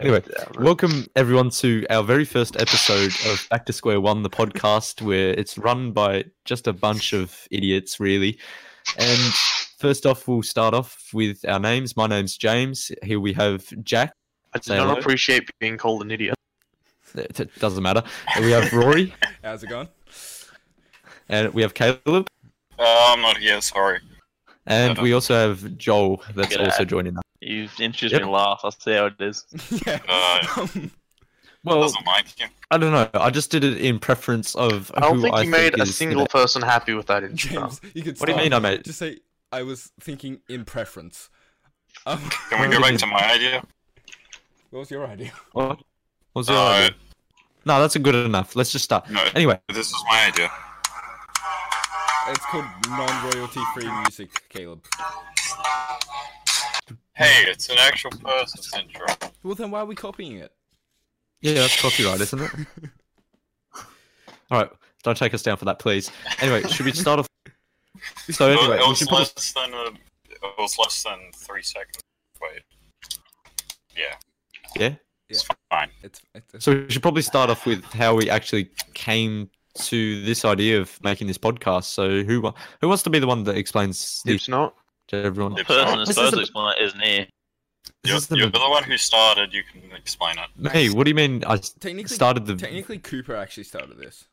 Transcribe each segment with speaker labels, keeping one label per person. Speaker 1: Anyway, welcome everyone to our very first episode of Back to Square One, the podcast where it's run by just a bunch of idiots, really. And first off, we'll start off with our names. My name's James. Here we have Jack.
Speaker 2: I do
Speaker 1: Say
Speaker 2: not
Speaker 1: hello.
Speaker 2: appreciate being called an idiot.
Speaker 1: It it doesn't matter. And we have Rory,
Speaker 3: How's it going?
Speaker 1: and we have Caleb,
Speaker 4: Uh, I'm not here, sorry.
Speaker 1: and
Speaker 2: Uh-huh.
Speaker 1: we also have Joel. That's
Speaker 2: G'day.
Speaker 1: also joining us.
Speaker 2: You've introduced
Speaker 1: Yep.
Speaker 2: me last. I see how it is.
Speaker 3: yeah.
Speaker 4: Uh,
Speaker 3: Um,
Speaker 1: Well,
Speaker 4: Doesn't like him.
Speaker 1: I don't know. I just did it in preference of
Speaker 2: I don't
Speaker 1: who
Speaker 2: think
Speaker 1: I
Speaker 2: you made
Speaker 1: think
Speaker 2: a
Speaker 1: is-
Speaker 2: single person happy with that intro.
Speaker 3: James, you could
Speaker 1: What do you
Speaker 3: start.
Speaker 1: mean uh, I made?
Speaker 3: Just say, I was thinking in preference. Um,
Speaker 4: Can we go back to my idea?
Speaker 3: what was your idea?
Speaker 1: What was your
Speaker 4: Uh,
Speaker 1: idea? No, that's good enough. Let's just start.
Speaker 4: no,
Speaker 1: Anyway,
Speaker 4: this was my idea.
Speaker 3: It's called non-royalty free music, Caleb.
Speaker 4: Hey, it's an actual person's intro.
Speaker 3: Well, then why are we copying it?
Speaker 1: yeah, that's copyright, isn't it? All right, don't take us down for that, please. Anyway, should we start off? So
Speaker 4: It was-
Speaker 1: anyway,
Speaker 4: it
Speaker 1: we
Speaker 4: was
Speaker 1: should probably...
Speaker 4: less than a, it was less than three seconds. Wait. Yeah,
Speaker 1: yeah.
Speaker 4: it's fine.
Speaker 3: It's, it's, it's
Speaker 1: So we should probably start off with how we actually came to this idea of making this podcast. So who wa- who wants to be the one that explains this
Speaker 2: It's not.
Speaker 1: to everyone?
Speaker 4: Dip's
Speaker 5: person
Speaker 4: not.
Speaker 5: is
Speaker 1: This
Speaker 5: supposed
Speaker 1: isn't-
Speaker 5: to explain it, isn't he?
Speaker 4: You're,
Speaker 1: This is the-
Speaker 4: you're the one who started. You can explain it.
Speaker 1: Hey, what do you mean? I s-
Speaker 3: technically
Speaker 1: started the
Speaker 3: technically Cooper actually started this.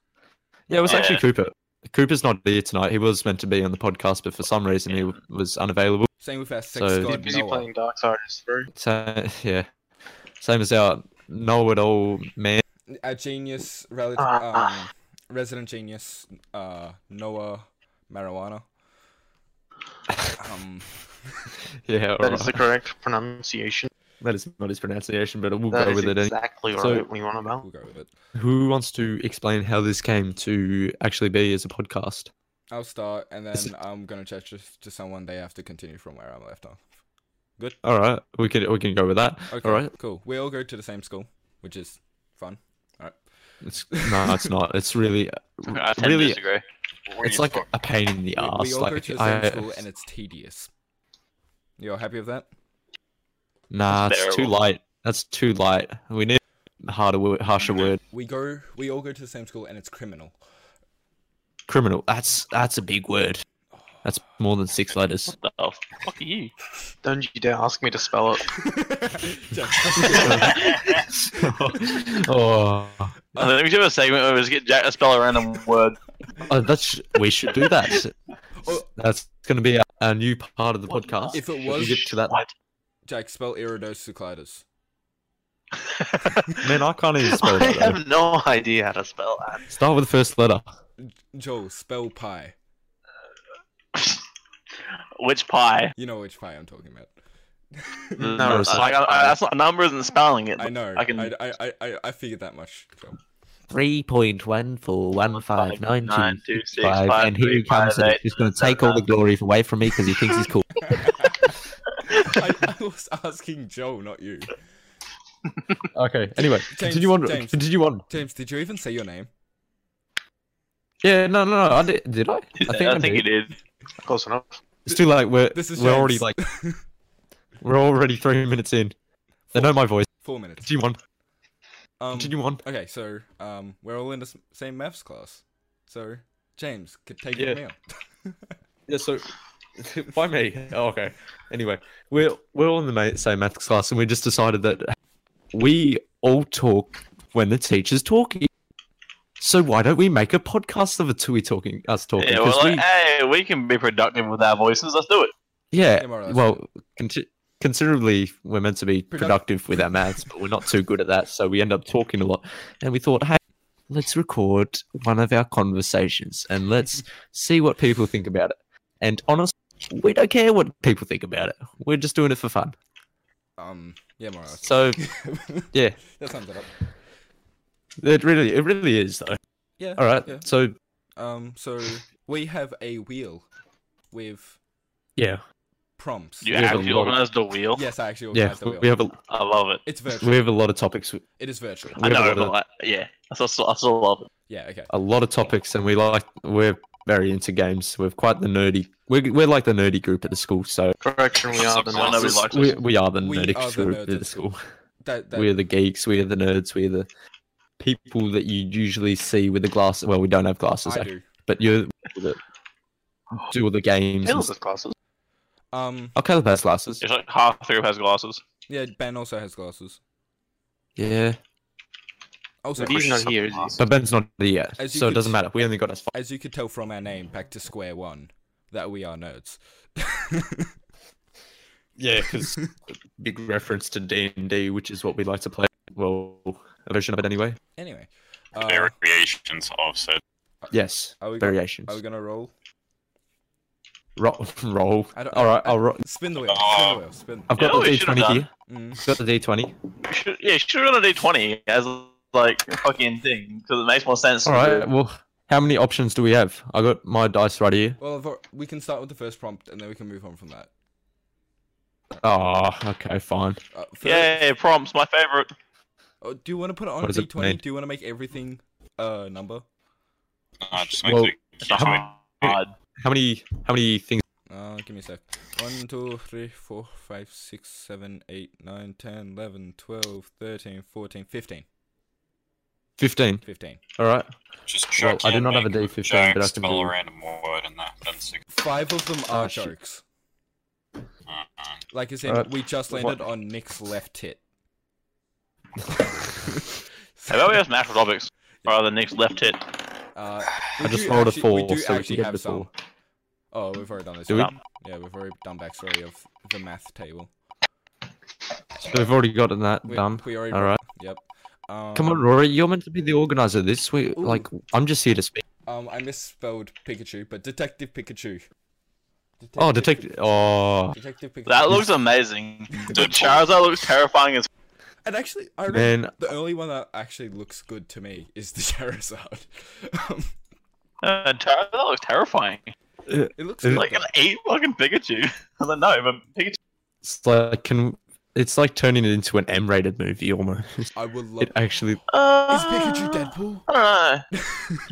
Speaker 1: Yeah, it was
Speaker 5: Yeah.
Speaker 1: actually Cooper. Cooper's not here tonight. He was meant to be on the podcast, but for some reason he was unavailable.
Speaker 3: Same with our sex
Speaker 1: So-
Speaker 2: He's
Speaker 3: god
Speaker 2: busy
Speaker 3: Noah.
Speaker 2: playing Darksiders 3.
Speaker 1: So yeah, same as our know-it-all man.
Speaker 3: Our genius, rel- um,
Speaker 2: Ah.
Speaker 3: resident genius, uh, Noah Marijuana. Um,
Speaker 1: Yeah, all
Speaker 2: That
Speaker 1: right.
Speaker 2: is the correct pronunciation.
Speaker 1: that is not his pronunciation, but we'll
Speaker 2: That
Speaker 1: go
Speaker 2: is
Speaker 1: with it. Anyway.
Speaker 2: exactly
Speaker 1: So-
Speaker 2: right. What you want about?
Speaker 3: we'll go with it.
Speaker 1: Who wants to explain how this came to actually be as a podcast?
Speaker 3: I'll start, and
Speaker 1: This
Speaker 3: then I'm gonna chat to, to someone. They have to continue from where I'm left off.
Speaker 1: All right, we can we can go with that.
Speaker 3: Okay,
Speaker 1: All right,
Speaker 3: cool. We all go to the same school, which is fun.
Speaker 1: it's, no, it's not. It's really,
Speaker 5: I tend to
Speaker 1: really,
Speaker 5: disagree.
Speaker 4: What
Speaker 1: it's
Speaker 4: you
Speaker 1: like
Speaker 4: talk-
Speaker 1: a pain in the
Speaker 3: We-
Speaker 1: ass.
Speaker 3: we, all
Speaker 1: like,
Speaker 3: go to the same
Speaker 1: I,
Speaker 3: school, and it's tedious. You're happy with that?
Speaker 1: nah,
Speaker 5: It's
Speaker 1: it's too
Speaker 5: terrible.
Speaker 1: light. That's too light. We need a harder, word, harsher word.
Speaker 3: We go. We all go to the same school, and it's criminal.
Speaker 1: criminal. That's that's a big word. That's more than six letters.
Speaker 5: What the fuck are you?
Speaker 2: Don't you dare ask me to spell it.
Speaker 1: oh,
Speaker 5: I think we should have a segment where we just get Jack to spell a random word.
Speaker 1: oh, that's we should do that.
Speaker 3: Oh.
Speaker 1: That's going to be a, a new part of the
Speaker 5: What?
Speaker 1: podcast.
Speaker 3: If it
Speaker 1: We
Speaker 3: was-
Speaker 1: get to that,
Speaker 3: Jack, spell iridocyclitis.
Speaker 1: man, I can't even spell
Speaker 2: I
Speaker 1: that. though.
Speaker 2: have no idea how to spell that.
Speaker 1: Start with the first letter.
Speaker 3: Joel, spell pie.
Speaker 5: Which pie?
Speaker 3: You know which pie I'm talking about.
Speaker 2: No,
Speaker 1: No,
Speaker 2: it's
Speaker 1: it's
Speaker 5: Like, I, I, that's not numbers and spelling it.
Speaker 3: I know.
Speaker 5: I can-
Speaker 3: I, I, I- I, I figured that much. Joel.
Speaker 1: Three point one four one
Speaker 5: five nine two Nine, two, six,
Speaker 1: five.
Speaker 5: five, five,
Speaker 1: and here he
Speaker 5: three, five,
Speaker 1: comes, and
Speaker 5: eight,
Speaker 1: he's going to take all the glory away from me because he thinks he's cool.
Speaker 3: I, I was asking Joel, not you.
Speaker 1: okay. Anyway, continue on.
Speaker 3: James.
Speaker 1: Continue on.
Speaker 3: James, did you even say your name?
Speaker 1: Yeah. No. No. No. I did. Did I? I think.
Speaker 5: I
Speaker 1: I,
Speaker 5: think
Speaker 1: did.
Speaker 5: you did.
Speaker 2: Close enough.
Speaker 1: It's too late. We're
Speaker 3: This is
Speaker 1: we're already
Speaker 3: James.
Speaker 1: like we're already three minutes in. They know my voice.
Speaker 3: Four minutes.
Speaker 1: Continue on.
Speaker 3: Um,
Speaker 1: Continue on.
Speaker 3: Okay, so um, we're all in the s- same maths class. So James could take
Speaker 1: Yeah.
Speaker 3: it from here.
Speaker 1: Yeah. So by me. Oh, okay. Anyway, we're we're all in the ma- same maths class, and we just decided that we all talk when the teacher's talking. So why don't we make a podcast of the two we talking us talking?
Speaker 5: Yeah, we're
Speaker 1: 'Cause
Speaker 5: like,
Speaker 1: we-
Speaker 5: hey, we can be productive with our voices. Let's do it.
Speaker 1: yeah,
Speaker 3: Yeah, more or less,
Speaker 1: well, conti- considerably, we're meant to be
Speaker 3: Product-
Speaker 1: productive with our maths, but we're not too good at that, so we end up talking a lot. And we thought, hey, let's record one of our conversations and let's see what people think about it. And honestly, we don't care what people think about it. We're just doing it for fun.
Speaker 3: Um, yeah, more or less.
Speaker 1: So yeah,
Speaker 3: that sums it up.
Speaker 1: it really, it really is though.
Speaker 3: Yeah.
Speaker 1: All right,
Speaker 3: yeah.
Speaker 1: so
Speaker 3: Um, so we have a wheel with
Speaker 1: yeah,
Speaker 3: prompts.
Speaker 5: You
Speaker 1: We have a
Speaker 5: actually
Speaker 1: lot of-
Speaker 5: organized the wheel.
Speaker 3: Yes, I actually
Speaker 1: yeah,
Speaker 3: organized the wheel.
Speaker 1: we have a
Speaker 5: I love it.
Speaker 3: It's virtual.
Speaker 1: we have a lot of topics,
Speaker 3: It is virtual.
Speaker 1: We
Speaker 5: I
Speaker 1: have a
Speaker 5: know,
Speaker 1: lot
Speaker 5: but
Speaker 1: of-
Speaker 5: like, yeah, I still, I still love it.
Speaker 3: Yeah. Okay.
Speaker 1: a lot of topics, and we like we're very into games. We're quite the nerdy. We're, we're like the nerdy group at the school, so
Speaker 2: Correction, we are the
Speaker 4: Well,
Speaker 5: I know we
Speaker 2: Nazis.
Speaker 5: like
Speaker 1: we,
Speaker 5: it.
Speaker 1: we are the
Speaker 3: We
Speaker 1: nerdy
Speaker 3: are the
Speaker 1: group
Speaker 3: nerds
Speaker 1: at
Speaker 3: at
Speaker 1: the school.
Speaker 3: school. That, that
Speaker 1: We're the geeks. We're the nerds. We're the people that you usually see with the glasses. Well, we don't have glasses,
Speaker 3: I
Speaker 1: actually,
Speaker 3: do. Oh.
Speaker 1: but you're the people that do all the games. and
Speaker 2: Tails
Speaker 1: stuff.
Speaker 2: has glasses.
Speaker 3: Um,
Speaker 1: Okay, the best glasses.
Speaker 5: It's like half the group has glasses.
Speaker 3: yeah, Ben also has glasses.
Speaker 1: Yeah,
Speaker 3: Also,
Speaker 2: But he's
Speaker 4: Christian's
Speaker 2: not here, is he?
Speaker 4: awesome.
Speaker 1: but Ben's not there yet,
Speaker 3: As you
Speaker 1: so it
Speaker 3: could
Speaker 1: doesn't
Speaker 3: s-
Speaker 1: matter. We only got us five.
Speaker 3: as you could tell from our name, back to square one, that we are nerds.
Speaker 1: Yeah, because big reference to D and D, which is what we like to play. Well, a version of it anyway.
Speaker 3: anyway, uh,
Speaker 4: Variations of said.
Speaker 1: Yes,
Speaker 3: are we gonna,
Speaker 1: variations.
Speaker 3: are we gonna roll?
Speaker 1: Ro- roll.
Speaker 3: I don't-
Speaker 1: All right, Uh, I'll ro-
Speaker 3: Spin the wheel. Spin the wheel. Spin.
Speaker 1: I've got
Speaker 5: know what
Speaker 1: the
Speaker 5: we
Speaker 1: D
Speaker 5: should've
Speaker 1: twenty
Speaker 5: done?
Speaker 1: here.
Speaker 3: Mm.
Speaker 1: I've got the D twenty.
Speaker 5: You should, yeah, you should run a d20 as like a fucking thing because it makes more sense.
Speaker 1: All right. Well, how many options do we have? I got my dice right here.
Speaker 3: Well, I've al- we can start with the first prompt, and then we can move on from that.
Speaker 1: Oh, okay, fine.
Speaker 3: Uh, first,
Speaker 5: Yeah, prompts, my favorite.
Speaker 3: uh, do you want to put it on
Speaker 1: What does it mean?
Speaker 3: D20? Do you want to make everything a number?
Speaker 4: Nah, just make
Speaker 1: Well,
Speaker 4: it a
Speaker 5: It's hard.
Speaker 1: How many? How many things?
Speaker 3: Uh, give me a sec. 1, 2, 3, 4, 5, 6, 7, 8, 9, 10, 11, 12, 13, 14, 15.
Speaker 1: Fifteen.
Speaker 3: 15.
Speaker 1: All right.
Speaker 4: Just
Speaker 1: Well,
Speaker 4: chuck
Speaker 1: I do
Speaker 4: in,
Speaker 1: not have a
Speaker 4: make
Speaker 1: D15,
Speaker 4: jokes,
Speaker 1: but I can do-
Speaker 4: spell a random word in there. Then six.
Speaker 3: Five of them are
Speaker 1: Ah, shit.
Speaker 3: jokes.
Speaker 4: Uh, uh,
Speaker 3: Like I said,
Speaker 1: Alright,
Speaker 3: we just
Speaker 1: what-
Speaker 3: landed on Nick's left tit.
Speaker 5: How about we have some actual topics rather than Nick's left hit?
Speaker 3: Uh,
Speaker 1: I
Speaker 3: we
Speaker 1: just
Speaker 3: do
Speaker 1: rolled a
Speaker 3: actually-
Speaker 1: four,
Speaker 3: we do
Speaker 1: so we
Speaker 3: actually
Speaker 1: can get
Speaker 3: have
Speaker 1: the
Speaker 3: some.
Speaker 1: four.
Speaker 3: Oh, we've already done this.
Speaker 1: Do we?
Speaker 3: one. Yeah, we've already done backstory of the math table.
Speaker 1: So we've already gotten that
Speaker 3: We,
Speaker 1: done.
Speaker 3: We already.
Speaker 1: Alright.
Speaker 3: Yep. Um,
Speaker 1: Come on, Rory. You're meant to be the organizer this week.
Speaker 3: Ooh.
Speaker 1: Like, I'm just here to speak.
Speaker 3: Um, I misspelled Pikachu, but Detective Pikachu. Detective,
Speaker 1: Oh, detective. Oh,
Speaker 3: Detective Pikachu.
Speaker 5: That looks amazing. Dude, Charizard looks terrifying as
Speaker 3: And actually, I remember
Speaker 1: man.
Speaker 3: the only one that actually looks good to me is the Charizard. um,
Speaker 5: uh, Charizard looks terrifying.
Speaker 3: it looks
Speaker 1: Is
Speaker 3: good.
Speaker 1: it-
Speaker 5: Like an eight fucking Pikachu. I don't know, but Pikachu.
Speaker 1: It's like can. It's like turning it into an M-rated movie almost.
Speaker 3: I would love.
Speaker 1: It actually.
Speaker 5: Uh,
Speaker 3: Is Pikachu Deadpool?
Speaker 5: I don't know.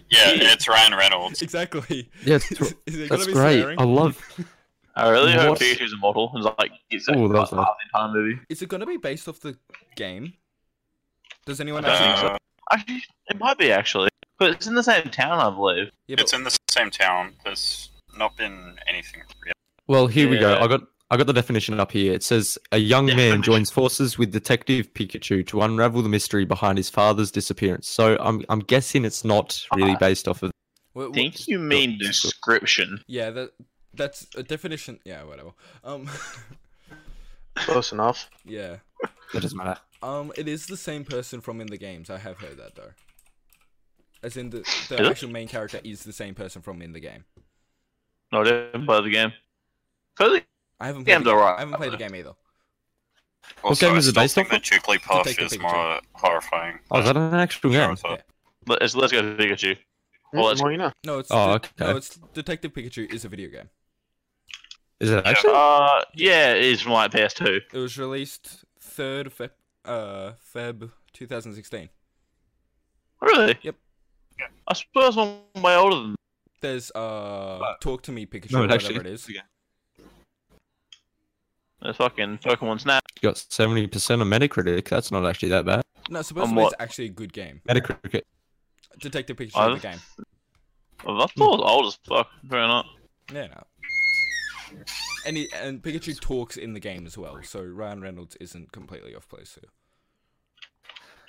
Speaker 4: yeah, it's Ryan Reynolds.
Speaker 3: Exactly.
Speaker 1: Yeah, it's,
Speaker 3: Is, is it gonna
Speaker 1: that's
Speaker 3: be
Speaker 1: great.
Speaker 3: swearing?
Speaker 1: I love.
Speaker 5: I really hope
Speaker 1: What?
Speaker 5: Pikachu's immortal. It's like it's like
Speaker 1: Ooh, that's
Speaker 5: half the entire movie.
Speaker 3: Is it gonna be based off the game? Does anyone
Speaker 5: I don't
Speaker 3: actually?
Speaker 5: think so.
Speaker 4: Uh,
Speaker 5: Actually, it might be actually, but it's in the same town, I believe.
Speaker 3: Yeah, but
Speaker 4: it's in the same town. There's not been anything real.
Speaker 1: Well, here we go.
Speaker 5: Yeah.
Speaker 1: I got I got the definition up here. It says a young man
Speaker 5: Definition.
Speaker 1: joins forces with Detective Pikachu to unravel the mystery behind his father's disappearance. So I'm I'm guessing it's not really based off of.
Speaker 3: wha-
Speaker 5: I
Speaker 3: wha-
Speaker 5: think you mean description.
Speaker 3: yeah, that that's a definition. Yeah, whatever. Um,
Speaker 2: Close enough.
Speaker 3: yeah.
Speaker 1: That doesn't matter.
Speaker 3: Um, it is the same person from in the games. I have heard that though. As in the
Speaker 5: Is
Speaker 3: the
Speaker 5: it?
Speaker 3: actual main character is the same person from in the game.
Speaker 5: No, I didn't play the game. Play
Speaker 3: I haven't
Speaker 5: The
Speaker 3: played.
Speaker 5: game's
Speaker 3: The,
Speaker 5: alright,
Speaker 3: I haven't played the
Speaker 5: though.
Speaker 3: game either.
Speaker 4: Also,
Speaker 1: game
Speaker 4: I
Speaker 1: is it
Speaker 4: still
Speaker 1: based
Speaker 4: think
Speaker 1: off
Speaker 4: that Jigglypuff
Speaker 3: Detective
Speaker 4: is
Speaker 3: Pikachu.
Speaker 4: more horrifying.
Speaker 1: Oh, is
Speaker 4: than
Speaker 1: that an actual game?
Speaker 4: Charizard.
Speaker 3: Yeah.
Speaker 5: the- Let's let's go to Pikachu. Well,
Speaker 2: Mm,
Speaker 5: that's-
Speaker 2: well, you know.
Speaker 3: No, it's
Speaker 1: Oh,
Speaker 3: de- no,
Speaker 1: okay.
Speaker 3: it's Detective Pikachu is a video game.
Speaker 1: Is it actually?
Speaker 5: Uh, yeah, it is from like PS2.
Speaker 3: It was released third Feb, uh, Feb 2016.
Speaker 5: Really?
Speaker 3: Yep.
Speaker 5: I suppose I'm way older than.
Speaker 3: There's uh, talk to me Pikachu,
Speaker 1: No, it
Speaker 3: whatever
Speaker 1: actually
Speaker 3: it is.
Speaker 1: is.
Speaker 5: The fucking Pokemon Snap.
Speaker 1: You got seventy percent on Metacritic. That's not actually that bad.
Speaker 3: No, supposedly
Speaker 5: what?
Speaker 3: it's actually a good game.
Speaker 1: Metacritic.
Speaker 3: Detective Pikachu
Speaker 5: Oh,
Speaker 3: is the game.
Speaker 5: Oh, That thought was
Speaker 3: Hmm.
Speaker 5: old as fuck. Fair not.
Speaker 3: Yeah, no. And, he, and Pikachu talks in the game as well, so Ryan Reynolds isn't completely off place here.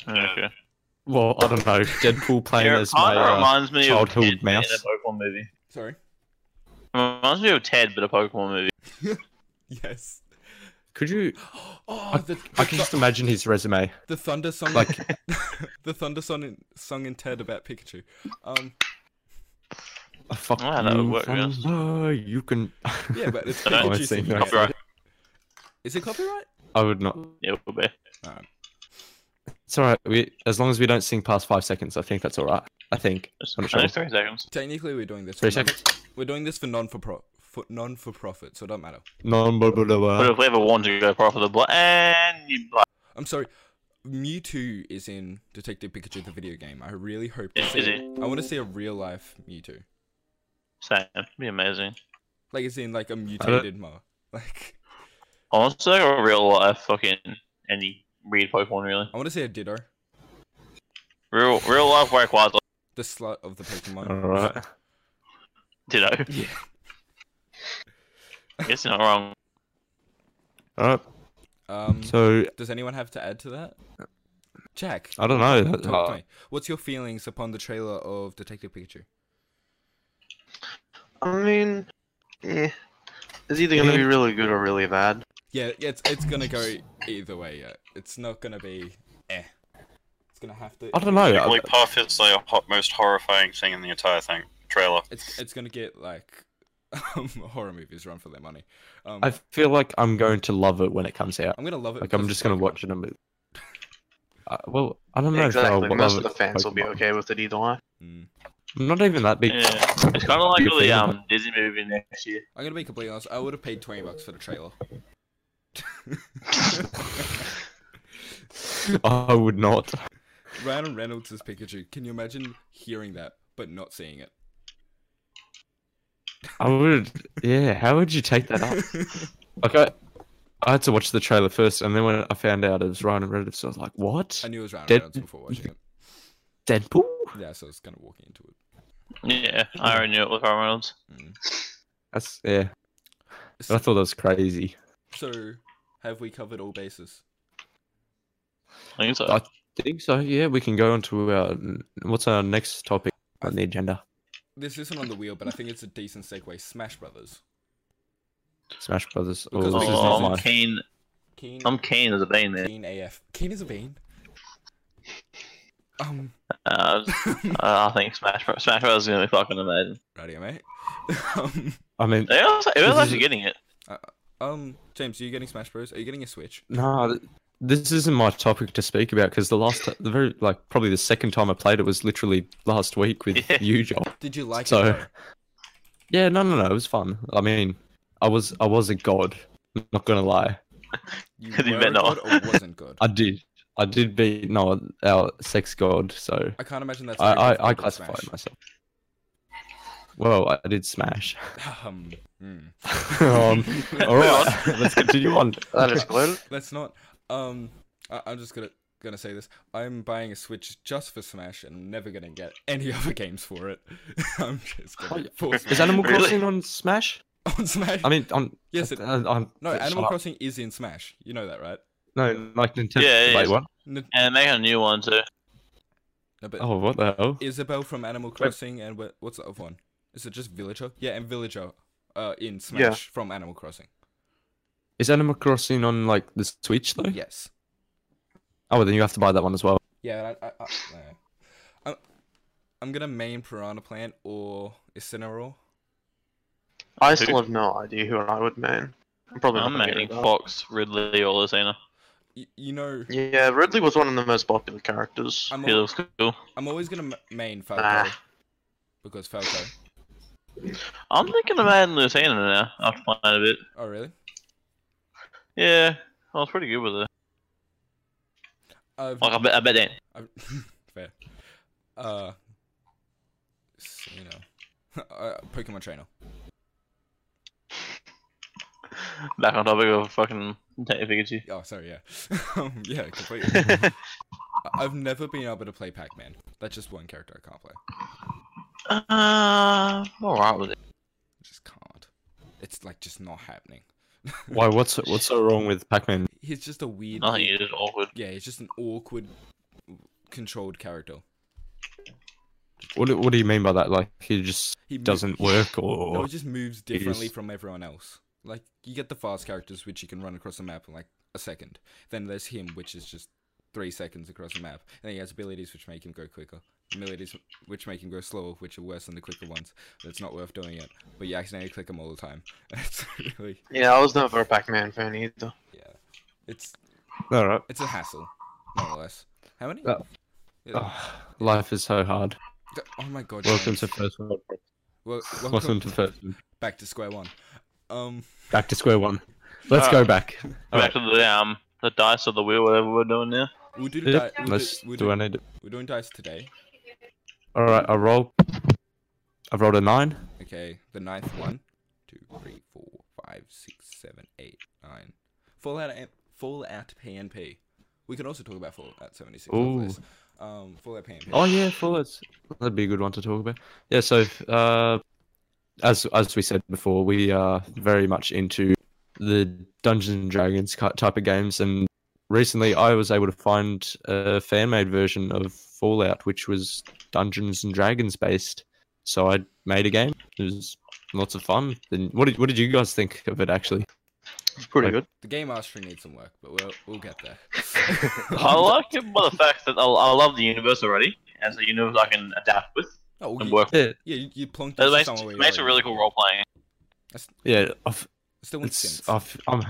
Speaker 5: Okay.
Speaker 1: Well, I don't know. Deadpool playing
Speaker 5: Yeah, it
Speaker 1: as my.
Speaker 5: kind of
Speaker 1: Uh,
Speaker 5: reminds me
Speaker 1: childhood
Speaker 5: of Ted but
Speaker 1: mouse.
Speaker 5: in a Pokemon movie.
Speaker 3: Sorry.
Speaker 5: Reminds me of Ted, but a Pokemon movie.
Speaker 3: Yes.
Speaker 1: could you?
Speaker 3: Oh, the, the,
Speaker 1: I can just
Speaker 3: thu-
Speaker 1: imagine his resume.
Speaker 3: the thunder song,
Speaker 1: Like,
Speaker 3: the thunder song in, song in Ted about Pikachu. Um,
Speaker 1: I fuck
Speaker 5: Yeah, that would
Speaker 1: you,
Speaker 5: work, yeah.
Speaker 1: thunder, you can.
Speaker 3: yeah, but it's
Speaker 5: I don't
Speaker 1: know,
Speaker 3: Pikachu
Speaker 1: it's seen
Speaker 3: singing it.
Speaker 5: Copyright.
Speaker 3: Is it copyright?
Speaker 1: I would not.
Speaker 5: Yeah, it would be.
Speaker 1: It's all right. We, as long as we don't sing past five seconds, I think that's all right. I think.
Speaker 5: It's
Speaker 1: I'm
Speaker 5: only
Speaker 1: sure.
Speaker 5: three seconds.
Speaker 3: Technically, we're doing this.
Speaker 1: Three
Speaker 3: for non-
Speaker 1: seconds.
Speaker 3: We're doing this for non for pro for non for profit, so it don't matter.
Speaker 1: Non blah blah blah.
Speaker 5: But
Speaker 1: blah.
Speaker 5: if we ever want to go profitable, and you like,
Speaker 3: I'm sorry. Mewtwo is in Detective Pikachu the video game. I really hope to
Speaker 5: Is
Speaker 3: see.
Speaker 5: he?
Speaker 3: I want to see a real life Mewtwo.
Speaker 5: Sam, it'd be amazing.
Speaker 3: Like it's in like a mutated mo. Like
Speaker 5: Honestly, a real life fucking any read Pokemon really.
Speaker 3: I want to say a Ditto.
Speaker 5: Real real life Rayquaza,
Speaker 3: The slut of the Pokemon.
Speaker 1: All right.
Speaker 5: Ditto.
Speaker 3: Yeah.
Speaker 5: Guess you're not wrong.
Speaker 1: All right.
Speaker 3: Um,
Speaker 1: So
Speaker 3: does anyone have to add to that? Jack,
Speaker 1: I don't know.
Speaker 3: talk
Speaker 1: Uh,
Speaker 3: to me. What's your feelings upon the trailer of Detective Pikachu?
Speaker 2: I mean, eh. It's either
Speaker 1: Eh.
Speaker 2: gonna be really good or really bad.
Speaker 3: Yeah, yeah, it's it's gonna go either way. Yeah, it's not gonna be eh. It's gonna have to.
Speaker 1: I don't know. I-
Speaker 4: Jigglypuff is the ho- most horrifying thing in the entire thing trailer.
Speaker 3: It's it's gonna get like um, horror movies run for their money. Um,
Speaker 1: I feel like I'm going to love it when it comes out.
Speaker 3: I'm gonna love it.
Speaker 1: Like I'm
Speaker 3: because
Speaker 1: just
Speaker 3: it's
Speaker 1: gonna
Speaker 3: Pokemon.
Speaker 1: watch it and be. Uh, well, I don't know. If
Speaker 2: exactly.
Speaker 1: I'll
Speaker 2: Most
Speaker 1: love
Speaker 2: of the
Speaker 1: it,
Speaker 2: fans will be
Speaker 1: Pokemon.
Speaker 2: okay with it either way.
Speaker 3: Mm.
Speaker 1: I'm not even that big.
Speaker 5: Yeah. It's kinda like
Speaker 1: Big
Speaker 5: the
Speaker 1: fan of
Speaker 5: um Disney movie next year.
Speaker 3: I'm gonna be completely honest. I would have paid twenty bucks for the trailer.
Speaker 1: it. I would not.
Speaker 3: Ryan Reynolds as Pikachu. Can you imagine hearing that but not seeing it?
Speaker 1: I would. Yeah. How would you take that up? Like I, I had to watch the trailer first, and then when I found out it was Ryan Reynolds, I was like, "What?
Speaker 3: I knew it was Ryan
Speaker 1: Dead-
Speaker 3: Reynolds before watching it.
Speaker 1: Deadpool?"
Speaker 3: Yeah, so I was kind of walking into it.
Speaker 5: Yeah, I already knew it with Ryan Reynolds.
Speaker 1: That's yeah. I thought that was crazy.
Speaker 3: So, have we covered all bases?
Speaker 5: I think so.
Speaker 1: I think so. Yeah, we can go on to our what's our next topic on the agenda?
Speaker 3: This isn't on the wheel, but I think it's a decent segue. Smash Brothers.
Speaker 1: Smash Brothers. Oh,
Speaker 3: Because
Speaker 1: this is
Speaker 3: it's
Speaker 1: not
Speaker 5: oh, I'm
Speaker 1: mine.
Speaker 5: keen.
Speaker 3: Keen,
Speaker 5: I'm keen as a bean there.
Speaker 3: Keen AF. Keen as a bean. Um,
Speaker 5: Uh, I think Smash Bros. Smash Bros. is gonna be fucking amazing.
Speaker 3: radio mate. um,
Speaker 1: I mean,
Speaker 5: It was, it was
Speaker 1: This is-
Speaker 5: actually getting it.
Speaker 3: um, James, are you getting Smash Bros? Are you getting a Switch?
Speaker 1: No, th- this isn't my topic to speak about because the last, t- the very like probably the second time I played it was literally last week with
Speaker 5: Yeah.
Speaker 1: you, Joel.
Speaker 3: Did you like
Speaker 1: So-
Speaker 3: it? though?
Speaker 1: Yeah, no, no, no, it was fun. I mean, I was, I was a god. Not gonna lie,
Speaker 3: You
Speaker 5: You
Speaker 3: were
Speaker 5: bet not.
Speaker 3: good or wasn't good?
Speaker 1: I did, I did beat no our sex god. So
Speaker 3: I can't imagine that's.
Speaker 1: I,
Speaker 3: very
Speaker 1: I, I
Speaker 3: difficult to
Speaker 1: classify
Speaker 3: Smash.
Speaker 1: myself. Well, I did smash.
Speaker 3: Um, hmm.
Speaker 1: um, all right, let's continue on.
Speaker 2: That is good.
Speaker 3: Let's not. Um, I- I'm just gonna gonna say this. I'm buying a Switch just for Smash, and I'm never gonna get any other games for it. I'm just
Speaker 1: Oh,
Speaker 3: gonna
Speaker 1: yeah.
Speaker 3: force
Speaker 1: Is Animal
Speaker 5: Really?
Speaker 1: Crossing on Smash?
Speaker 3: on Smash.
Speaker 1: I mean, on
Speaker 3: yes, it,
Speaker 1: uh, on
Speaker 3: no, Animal
Speaker 1: shut up.
Speaker 3: Crossing is in Smash. You know that, right?
Speaker 1: No, like Nintendo.
Speaker 5: Yeah, yeah,
Speaker 1: Wait,
Speaker 5: yeah.
Speaker 1: what?
Speaker 3: N-
Speaker 5: And make a new one too.
Speaker 3: no, but
Speaker 1: Oh, what the hell?
Speaker 3: Isabel from Animal Crossing, and wha- what's the other one? Is it just Villager? Yeah, and Villager, uh, in Smash from Animal Crossing.
Speaker 1: Is Animal Crossing on like the Switch though?
Speaker 3: Yes.
Speaker 1: Oh, well, then you have to buy that one as well.
Speaker 3: Yeah, I, I, I, no. I'm, I'm gonna main Piranha Plant or Incineroar.
Speaker 2: I still have no idea who I would main. I'm probably not
Speaker 5: I'm
Speaker 2: gonna get
Speaker 5: making
Speaker 2: it up.
Speaker 5: Fox, Ridley, or Lucina.
Speaker 3: Y- you know,
Speaker 2: Yeah, Ridley was one of the most popular characters.
Speaker 3: I'm
Speaker 5: He
Speaker 3: al-
Speaker 5: looks cool.
Speaker 3: I'm always gonna ma- main Falco
Speaker 2: Ah.
Speaker 3: because Falco.
Speaker 5: I'm thinking of adding Lucina now after playing a bit.
Speaker 3: Oh really?
Speaker 5: Yeah, I was pretty good with it.
Speaker 3: I've,
Speaker 5: Like I bet, I bet that.
Speaker 3: I've fair. Uh, s- you know, uh, Pokemon trainer.
Speaker 5: Back on topic of fucking Detective Pikachu.
Speaker 3: Oh sorry, yeah, um, yeah, completely. I- I've never been able to play Pac-Man. That's just one character I can't play.
Speaker 5: Uh, I'm alright with it.
Speaker 3: I just can't. It's like just not happening.
Speaker 1: Why? What's what's so wrong with Pac-Man?
Speaker 3: He's just a weird.
Speaker 5: Nothing is just awkward.
Speaker 3: Yeah, he's just an awkward, controlled character.
Speaker 1: What do- What do you mean by that? Like he just
Speaker 3: He mo-
Speaker 1: doesn't work,
Speaker 3: No,
Speaker 1: or
Speaker 3: it just moves differently
Speaker 1: is-
Speaker 3: from everyone else. Like you get the fast characters, which you can run across the map in like a second. Then there's him, which is just three seconds across the map. And then he has abilities which make him go quicker, abilities which make him go slower, which are worse than the quicker ones. But it's not worth doing it. But you accidentally click them all the time. It's really
Speaker 2: Yeah, I was never a Pac-Man fan either.
Speaker 3: yeah. It's
Speaker 1: all right?
Speaker 3: it's a hassle, more or less. How many?
Speaker 1: Uh,
Speaker 3: Yeah.
Speaker 1: Oh, life is so hard.
Speaker 3: D- Oh my god.
Speaker 1: Welcome
Speaker 3: James.
Speaker 1: to first world. Pro-
Speaker 3: Wel- welcome,
Speaker 1: Welcome to first. world.
Speaker 3: back to square one. Um.
Speaker 1: Back to square one. Let's go back. All
Speaker 5: Back to the um the dice or the wheel, whatever we're doing now.
Speaker 3: We'll do, the
Speaker 1: Yep,
Speaker 3: di- we'll do,
Speaker 1: Let's
Speaker 3: we'll
Speaker 1: do. I
Speaker 3: do,
Speaker 1: need. it?
Speaker 3: we're doing dice today.
Speaker 1: All right. I roll. I rolled a nine.
Speaker 3: Okay, the ninth one. Two, three, four, five, six, seven, eight, nine. Fallout, M- Fallout PNP. We could also talk about Fallout 76.
Speaker 1: Ooh.
Speaker 3: after this. Um, Fallout Pampers.
Speaker 1: Oh yeah, Fallout's that'd be a good one to talk about. Yeah, so uh, as as we said before, we are very much into the Dungeons and Dragons ki- type of games, and recently I was able to find a fan made version of Fallout, which was Dungeons and Dragons based. So I made a game. It was lots of fun. And what did what did you guys think of it actually?
Speaker 2: It's pretty good.
Speaker 3: The game mastery needs some work, but we'll, we'll get there.
Speaker 5: I like it by the fact that I, I love the universe already, and so universe I can adapt with
Speaker 3: oh,
Speaker 5: and
Speaker 3: you,
Speaker 5: work.
Speaker 1: Yeah,
Speaker 3: yeah, you, you plunked
Speaker 5: It
Speaker 3: us
Speaker 5: makes,
Speaker 3: somewhere where
Speaker 5: it
Speaker 3: you
Speaker 5: makes a
Speaker 3: already
Speaker 5: really
Speaker 3: are.
Speaker 5: cool role playing.
Speaker 1: yeah. I've,
Speaker 3: Still in
Speaker 1: it's,
Speaker 3: Sims.
Speaker 1: I've, I'm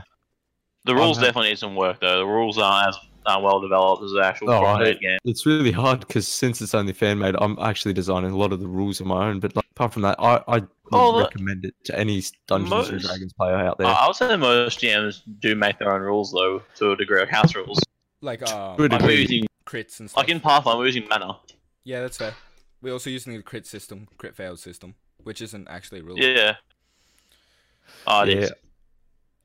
Speaker 5: The rules
Speaker 1: Okay.
Speaker 5: definitely need some work though. The rules aren't as aren't well developed as the actual
Speaker 1: Oh,
Speaker 5: proper
Speaker 1: I-
Speaker 5: game.
Speaker 1: It's really hard because since it's only fan made, I'm actually designing a lot of the rules on my own. But like, apart from that, I I would
Speaker 5: Oh, the-
Speaker 1: recommend it to any Dungeons and
Speaker 5: Most-
Speaker 1: Dragons player out there.
Speaker 5: I I would say most GMs do make their own rules though, to a degree of house rules.
Speaker 3: like um,
Speaker 1: Good
Speaker 5: Like we're
Speaker 1: Agreed.
Speaker 5: using,
Speaker 3: crits and stuff.
Speaker 5: like in Pathfinder, we're using mana.
Speaker 3: Yeah, that's fair. We're also using the crit system, crit fail system, which isn't actually a rule.
Speaker 5: Yeah. Oh, it
Speaker 1: Yeah.
Speaker 5: is.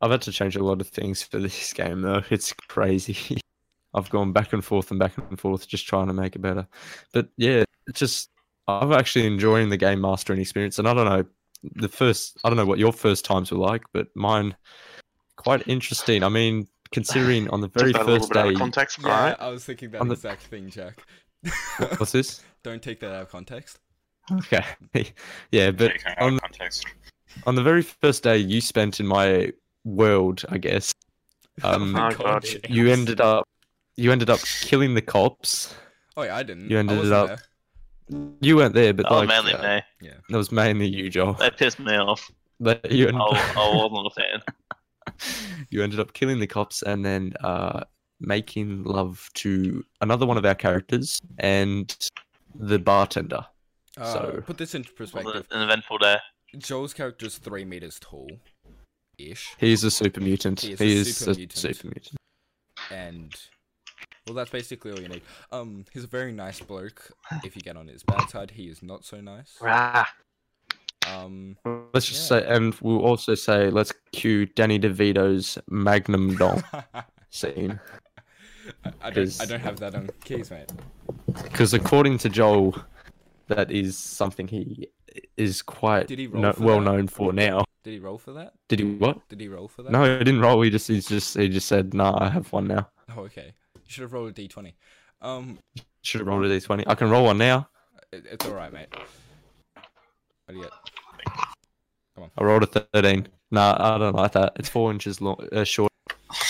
Speaker 1: I've had to change a lot of things for this game though. It's crazy. I've gone back and forth and back and forth just trying to make it better. But yeah, it's just I'm actually enjoying the game mastering experience. And I don't know the first I don't know what your first times were like, but mine quite interesting. I mean, considering on the very
Speaker 2: Took that a little
Speaker 1: first
Speaker 2: bit out
Speaker 1: day
Speaker 2: of context, but
Speaker 3: Yeah,
Speaker 2: alright.
Speaker 3: I was thinking that
Speaker 1: On the-
Speaker 3: exact thing, Jack.
Speaker 1: what's this?
Speaker 3: Don't take that out of context.
Speaker 1: Okay. yeah, but
Speaker 4: taken out
Speaker 1: on-
Speaker 4: of context.
Speaker 1: on the very first day you spent in my world, I guess, Um,
Speaker 2: Oh, God,
Speaker 3: Jack.
Speaker 1: you ended up you ended up killing the cops.
Speaker 3: Oh yeah, I didn't.
Speaker 1: you
Speaker 3: I
Speaker 1: ended it
Speaker 3: wasn't
Speaker 1: up-
Speaker 3: there.
Speaker 1: You weren't there, but
Speaker 5: Oh,
Speaker 1: like
Speaker 5: mainly
Speaker 1: uh,
Speaker 5: me.
Speaker 1: that was mainly you, Joel.
Speaker 5: They pissed me off.
Speaker 1: But you
Speaker 5: I,
Speaker 1: ended,
Speaker 5: I wasn't a fan.
Speaker 1: you ended up killing the cops and then uh, making love to another one of our characters and the bartender.
Speaker 3: Uh,
Speaker 1: So-
Speaker 3: put this into
Speaker 5: It was
Speaker 3: perspective.
Speaker 5: an eventful day.
Speaker 3: Joel's character is three meters tall, ish,
Speaker 1: He is a super mutant.
Speaker 3: He
Speaker 1: He is,
Speaker 3: is a super
Speaker 1: a
Speaker 3: mutant.
Speaker 1: super mutant.
Speaker 3: and well, that's basically all you need. Um, he's a very nice bloke. If you get on his bad side, he is not so nice.
Speaker 2: Rah.
Speaker 3: Um,
Speaker 1: Let's just
Speaker 3: Yeah.
Speaker 1: say, and we'll also say, let's cue Danny DeVito's Magnum Dom
Speaker 3: I,
Speaker 1: scene.
Speaker 3: I don't.
Speaker 1: Because-
Speaker 3: I don't have that on keys, mate.
Speaker 1: Because according to Joel, that is something he is quite
Speaker 3: Did he roll
Speaker 1: no,
Speaker 3: for
Speaker 1: well
Speaker 3: that?
Speaker 1: known for now.
Speaker 3: Did he roll for that?
Speaker 1: Did he what?
Speaker 3: Did he roll for that?
Speaker 1: No, he didn't roll. He just he just he just said, "Nah, I have one now.
Speaker 3: Oh, okay. You should have rolled a d20. Um,
Speaker 1: Should have rolled a d20. I can roll one now.
Speaker 3: it, it's all right, mate. What do you get?
Speaker 1: I rolled a 13. Nah, I don't like that. It's four inches long, uh, short.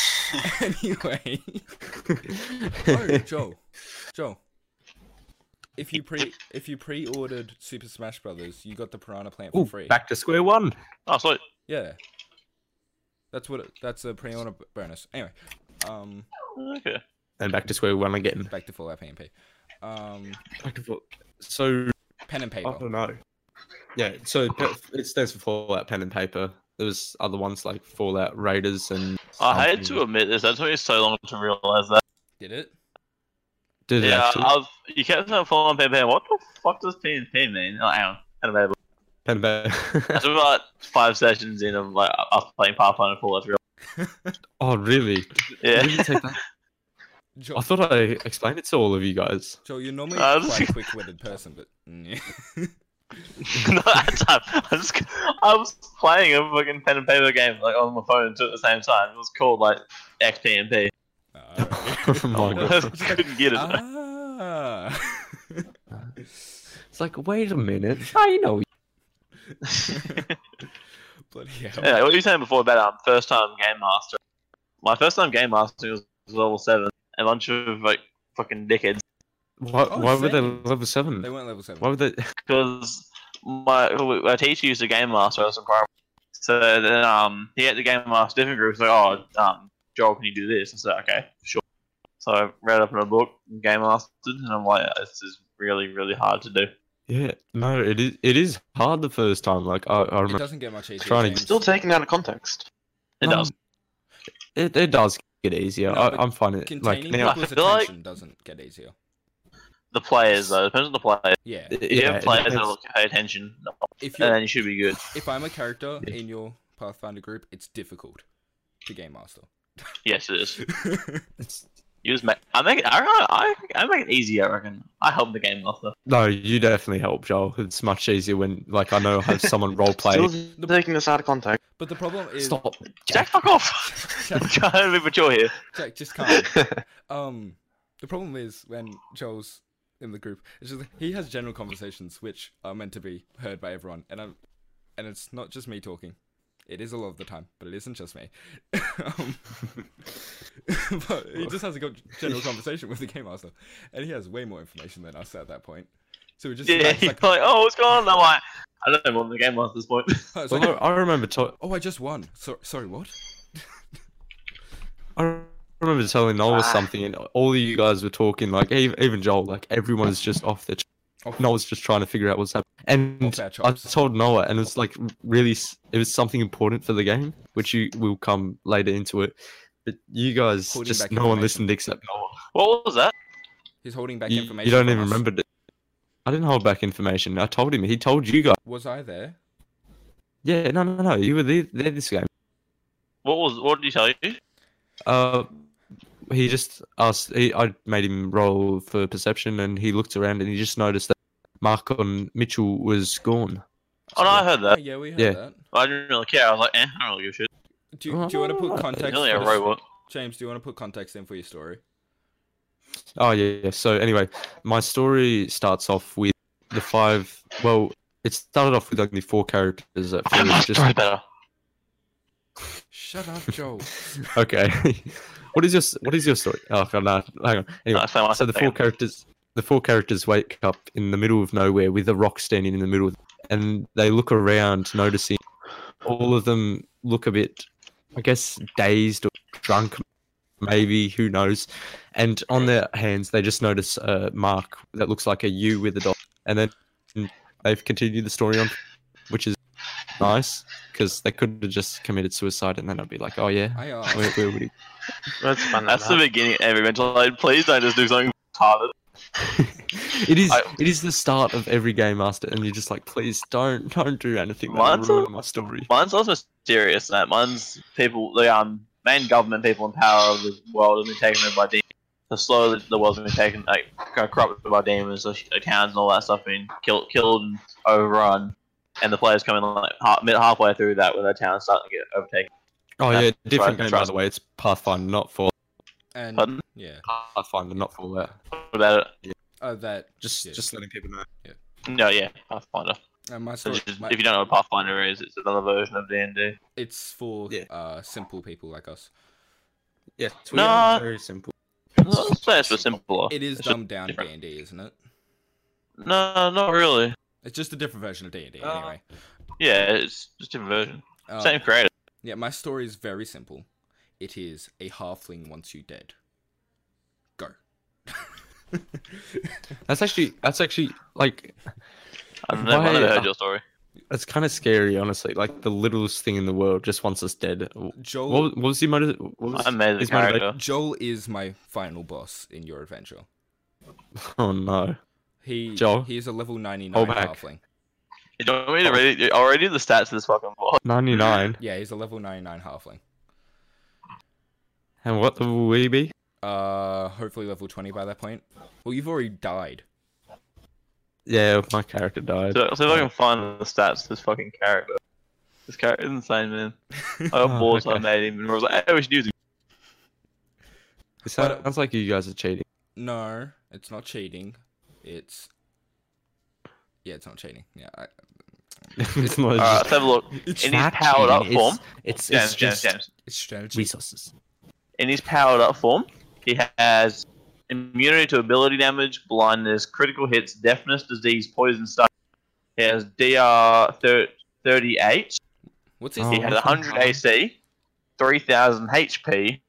Speaker 3: anyway. oh, Joel, Joel. If you pre if you pre-ordered Super Smash Brothers, you got the Piranha Plant for
Speaker 1: Ooh,
Speaker 3: free.
Speaker 1: back to square one.
Speaker 5: Oh, sweet.
Speaker 3: Yeah. That's what. it- That's a pre-order b- bonus. Anyway, um,
Speaker 5: Okay.
Speaker 1: And back to square one again.
Speaker 3: back to Fallout PNP. Um,
Speaker 1: Back and forth. So
Speaker 3: pen and
Speaker 1: I
Speaker 3: paper.
Speaker 1: don't know. Yeah, so pe- it stands for Fallout Pen and Paper. There was other ones like Fallout Raiders and.
Speaker 5: I hate
Speaker 1: something.
Speaker 5: to admit this. That took me so long to realize that.
Speaker 3: Did it?
Speaker 1: Did it
Speaker 5: yeah,
Speaker 1: actually?
Speaker 5: I was, you kept saying falling on PNP. What the fuck does PNP mean? Oh, hang on. Hang on, babe.
Speaker 1: Pen and paper.
Speaker 5: That's about five sessions in of like us playing Pathfinder Fall. That's real.
Speaker 1: oh, really?
Speaker 5: Yeah.
Speaker 1: Did you take that?
Speaker 3: Joel,
Speaker 1: I thought I explained it to all of you guys.
Speaker 3: Joel, you're normally
Speaker 5: I was-
Speaker 3: quite a quick-witted person, but yeah.
Speaker 5: Not that time. I just I was playing a fucking pen and paper game like on my phone too at the same time. It was called like XPNP.
Speaker 3: Alright.
Speaker 1: oh my
Speaker 5: I
Speaker 1: god.
Speaker 5: just couldn't get it.
Speaker 3: ah.
Speaker 1: It's like, wait a minute. I know.
Speaker 3: Bloody hell.
Speaker 5: yeah, what you were saying before about um, first time game master. My first time game master was level seven. A bunch of like fucking dickheads.
Speaker 1: Why,
Speaker 3: Oh,
Speaker 1: why were they
Speaker 3: same.
Speaker 1: level seven?
Speaker 3: They weren't level seven.
Speaker 1: Why were they?
Speaker 5: because my our teacher used a game master as a primary. So then um he had the game master different groups like oh um Joel can you do this? I said okay sure. So I read up in a book game mastered and I'm like this is really really hard to do.
Speaker 1: Yeah, no, it is. It is hard the first time. Like I, I
Speaker 3: It
Speaker 1: remember.
Speaker 3: doesn't get much easier.
Speaker 1: Trying to-
Speaker 3: James.
Speaker 2: Still taken out of context.
Speaker 1: Um,
Speaker 5: It does.
Speaker 1: It, it does get easier.
Speaker 3: No, but
Speaker 1: I, I'm finding it like
Speaker 3: Containing
Speaker 1: now.
Speaker 3: people's
Speaker 5: I feel like-
Speaker 3: attention doesn't get easier.
Speaker 5: The players though depends on the player.
Speaker 3: Yeah.
Speaker 1: Yeah,
Speaker 5: If you have
Speaker 1: it
Speaker 5: players
Speaker 1: depends.
Speaker 5: that'll pay attention,
Speaker 3: If you
Speaker 5: then
Speaker 3: are
Speaker 5: you should be good.
Speaker 3: if I'm a character
Speaker 1: Yeah.
Speaker 3: in your Pathfinder group, it's difficult to game master.
Speaker 5: Yes it is.
Speaker 1: It's
Speaker 5: You just make. I make it. I reckon- I, I make it easy. I reckon. I help the game master.
Speaker 1: No, you definitely help, Joel. It's much easier when, like, I know I have someone role play.
Speaker 2: Still taking this out of context.
Speaker 3: But the problem is
Speaker 1: Stop.
Speaker 5: Jack, fuck off. I'm
Speaker 3: Jack,
Speaker 5: trying to be mature here.
Speaker 3: Jack, just calm. Um, the problem is when Joel's in the group, it's just he has general conversations which are meant to be heard by everyone, and I'm, and it's not just me talking. It is a lot of the time, but it isn't just me. um, but he just has a good general conversation with the game master, and he has way more information than us at that point. So we just
Speaker 5: Yeah,
Speaker 3: it's
Speaker 5: he's
Speaker 3: like,
Speaker 5: like, oh, what's going on? I'm like, I don't know what the game was at this point.
Speaker 3: oh, it's
Speaker 1: Well,
Speaker 3: like,
Speaker 1: no, I remember. To-
Speaker 3: oh, I just won. So, sorry, what?
Speaker 1: Mm, I remember telling Noel
Speaker 2: Ah.
Speaker 1: something, and all of you guys were talking. Like even, even Joel, like everyone's just off their. Ch-
Speaker 3: Off-
Speaker 1: Noel's just trying to figure out what's happening, and
Speaker 3: Off our
Speaker 1: I
Speaker 3: chops.
Speaker 1: told Noah, and it's like really, s- it was something important for the game, which you will come later into it. But you guys,
Speaker 3: Holding
Speaker 1: just
Speaker 3: back
Speaker 1: no one
Speaker 3: information.
Speaker 1: listened except Noah.
Speaker 5: What was that?
Speaker 3: He's holding back
Speaker 1: You, you
Speaker 3: information.
Speaker 1: don't
Speaker 3: from
Speaker 1: even
Speaker 3: us.
Speaker 1: remember it. I didn't hold back information. I told him. He told you guys.
Speaker 3: Was I there?
Speaker 1: Yeah, no, no, no. You were there, there this game.
Speaker 5: What was? What did he tell you?
Speaker 1: Uh, he just asked. He, I made him roll for perception, and he looked around and he just noticed that Mark on Mitchell was gone.
Speaker 5: Oh no, I heard
Speaker 3: Oh,
Speaker 5: that.
Speaker 3: yeah, we heard
Speaker 1: Yeah.
Speaker 3: that.
Speaker 5: I didn't really care. I was like, eh, I don't really give a shit.
Speaker 3: Do you, do you want to
Speaker 1: Oh,
Speaker 3: put
Speaker 5: He's
Speaker 3: context?
Speaker 5: only a
Speaker 3: for this-
Speaker 5: robot.
Speaker 3: James, do you want to put context in for your story?
Speaker 1: Oh yeah, yeah. So anyway, my story starts off with the five. Well, it started off with only four characters at
Speaker 5: I must
Speaker 1: first.
Speaker 5: story
Speaker 1: Just,
Speaker 5: better.
Speaker 3: Shut up, Joel.
Speaker 1: okay. what is your s- What is your story? Oh God, no. Hang on. Anyway,
Speaker 5: That's how I
Speaker 1: so the four characters the four characters wake up in the middle of nowhere with a rock standing in the middle of- and they look around noticing all of them look a bit i guess dazed or drunk maybe who knows and on their hands they just notice a mark that looks like a u with a dot and then they've continued the story on which is nice because they could have just committed suicide and then i'd be like oh yeah
Speaker 3: I uh, asked.
Speaker 1: where, where would he
Speaker 2: That's fun.
Speaker 5: That's the
Speaker 2: enough.
Speaker 5: beginning of every mental aid. Please don't just do something retarded.
Speaker 1: it is
Speaker 5: I-
Speaker 1: it is the start of every game master and you're just like please don't don't do anything that
Speaker 5: Mine's a-
Speaker 1: will ruin my story
Speaker 5: Mine's not as mysterious. than That mine's people, the um main government people in power of the world have been taken over by demons. The slowly the world's been taken, like kind of corrupted by demons. The sh- the towns and all that stuff been killed, killed and overrun. And the players coming like half, mid halfway through that, where their town's starting to get overtaken.
Speaker 1: oh yeah
Speaker 5: that's
Speaker 1: different
Speaker 5: right,
Speaker 1: game
Speaker 5: that's
Speaker 1: by the way it's pathfinder not for
Speaker 3: And
Speaker 5: Pardon?
Speaker 3: yeah,
Speaker 1: pathfinder not for that
Speaker 5: What about
Speaker 3: oh, that
Speaker 1: just
Speaker 3: Yeah.
Speaker 1: just letting people know
Speaker 5: it? No, yeah, Pathfinder.
Speaker 3: uh, my
Speaker 5: So
Speaker 3: story.
Speaker 5: just-
Speaker 3: my-
Speaker 5: if you don't know what Pathfinder is, it's another version of D and D.
Speaker 3: it's for
Speaker 1: Yeah.
Speaker 3: uh, simple people like us.
Speaker 1: yeah
Speaker 5: we are Nah.
Speaker 1: very simple
Speaker 5: It's for simpler.
Speaker 3: It is
Speaker 5: Oh, It's just
Speaker 3: dumbed down D
Speaker 5: different.
Speaker 3: and D, isn't it?
Speaker 5: No, not really.
Speaker 3: It's just a different version of D and D,
Speaker 5: Uh,
Speaker 3: anyway.
Speaker 5: Yeah, it's just a different version.
Speaker 3: Uh,
Speaker 5: Same creator.
Speaker 3: Yeah, my story is very simple. It is a halfling once you dead. Go.
Speaker 1: that's actually that's actually like
Speaker 5: I've never, I've
Speaker 1: Why-
Speaker 5: never heard your story.
Speaker 1: that's kind of scary honestly like the littlest thing in the world just wants us dead what,
Speaker 3: Joel.
Speaker 1: was- what was your motive what was
Speaker 5: I'm made the
Speaker 1: his motivation-
Speaker 5: character.
Speaker 3: Joel is my final boss in your adventure.
Speaker 1: oh no
Speaker 3: He
Speaker 1: Joel?
Speaker 3: he is a level ninety nine
Speaker 1: Hold back.
Speaker 3: halfling.
Speaker 5: You don't want me to read it? I'll read you the stats of this fucking boss.
Speaker 1: 99
Speaker 3: Yeah, he's a level ninety nine halfling.
Speaker 1: and what will we be
Speaker 3: Uh, hopefully level twenty by that point. Well, you've already died.
Speaker 1: yeah my character died
Speaker 5: So, so if I can find the stats of this fucking character. This character is insane, man. I got
Speaker 1: Oh,
Speaker 5: bored, so I
Speaker 1: okay.
Speaker 5: made him, and I was like, hey, we should use him.
Speaker 1: it sounds like you guys are cheating
Speaker 3: No, it's not cheating. It's yeah, it's not cheating. Yeah, I,
Speaker 1: it's not
Speaker 5: Alright, let's have a look.
Speaker 3: it's
Speaker 5: In his powered up form,
Speaker 1: It's,
Speaker 5: James, James, James.
Speaker 3: it's strategy.
Speaker 1: resources.
Speaker 5: In his powered up form, he has immunity to ability damage, blindness, critical hits, deafness, disease, poison, stuff. He has DR thir- 38.
Speaker 3: What's his?
Speaker 1: Oh,
Speaker 5: He has
Speaker 1: that's
Speaker 5: 100 AC, 3000 HP,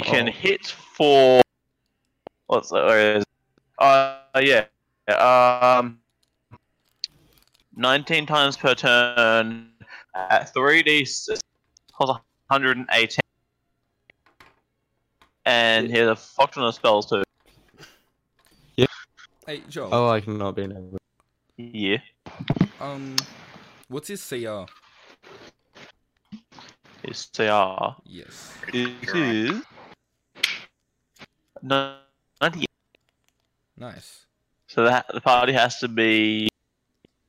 Speaker 5: can hit for what's that? Where is? Uh, yeah. Um, nineteen times per turn at three d plus one hundred and eighteen, and he has a fuck ton of spells too.
Speaker 3: Hey Joel.
Speaker 1: Oh, I like not being able.
Speaker 5: Yeah,
Speaker 3: Um, what's his CR?
Speaker 5: his CR
Speaker 3: Yes.
Speaker 5: is no- 98.
Speaker 3: Nice.
Speaker 5: So that the party has to be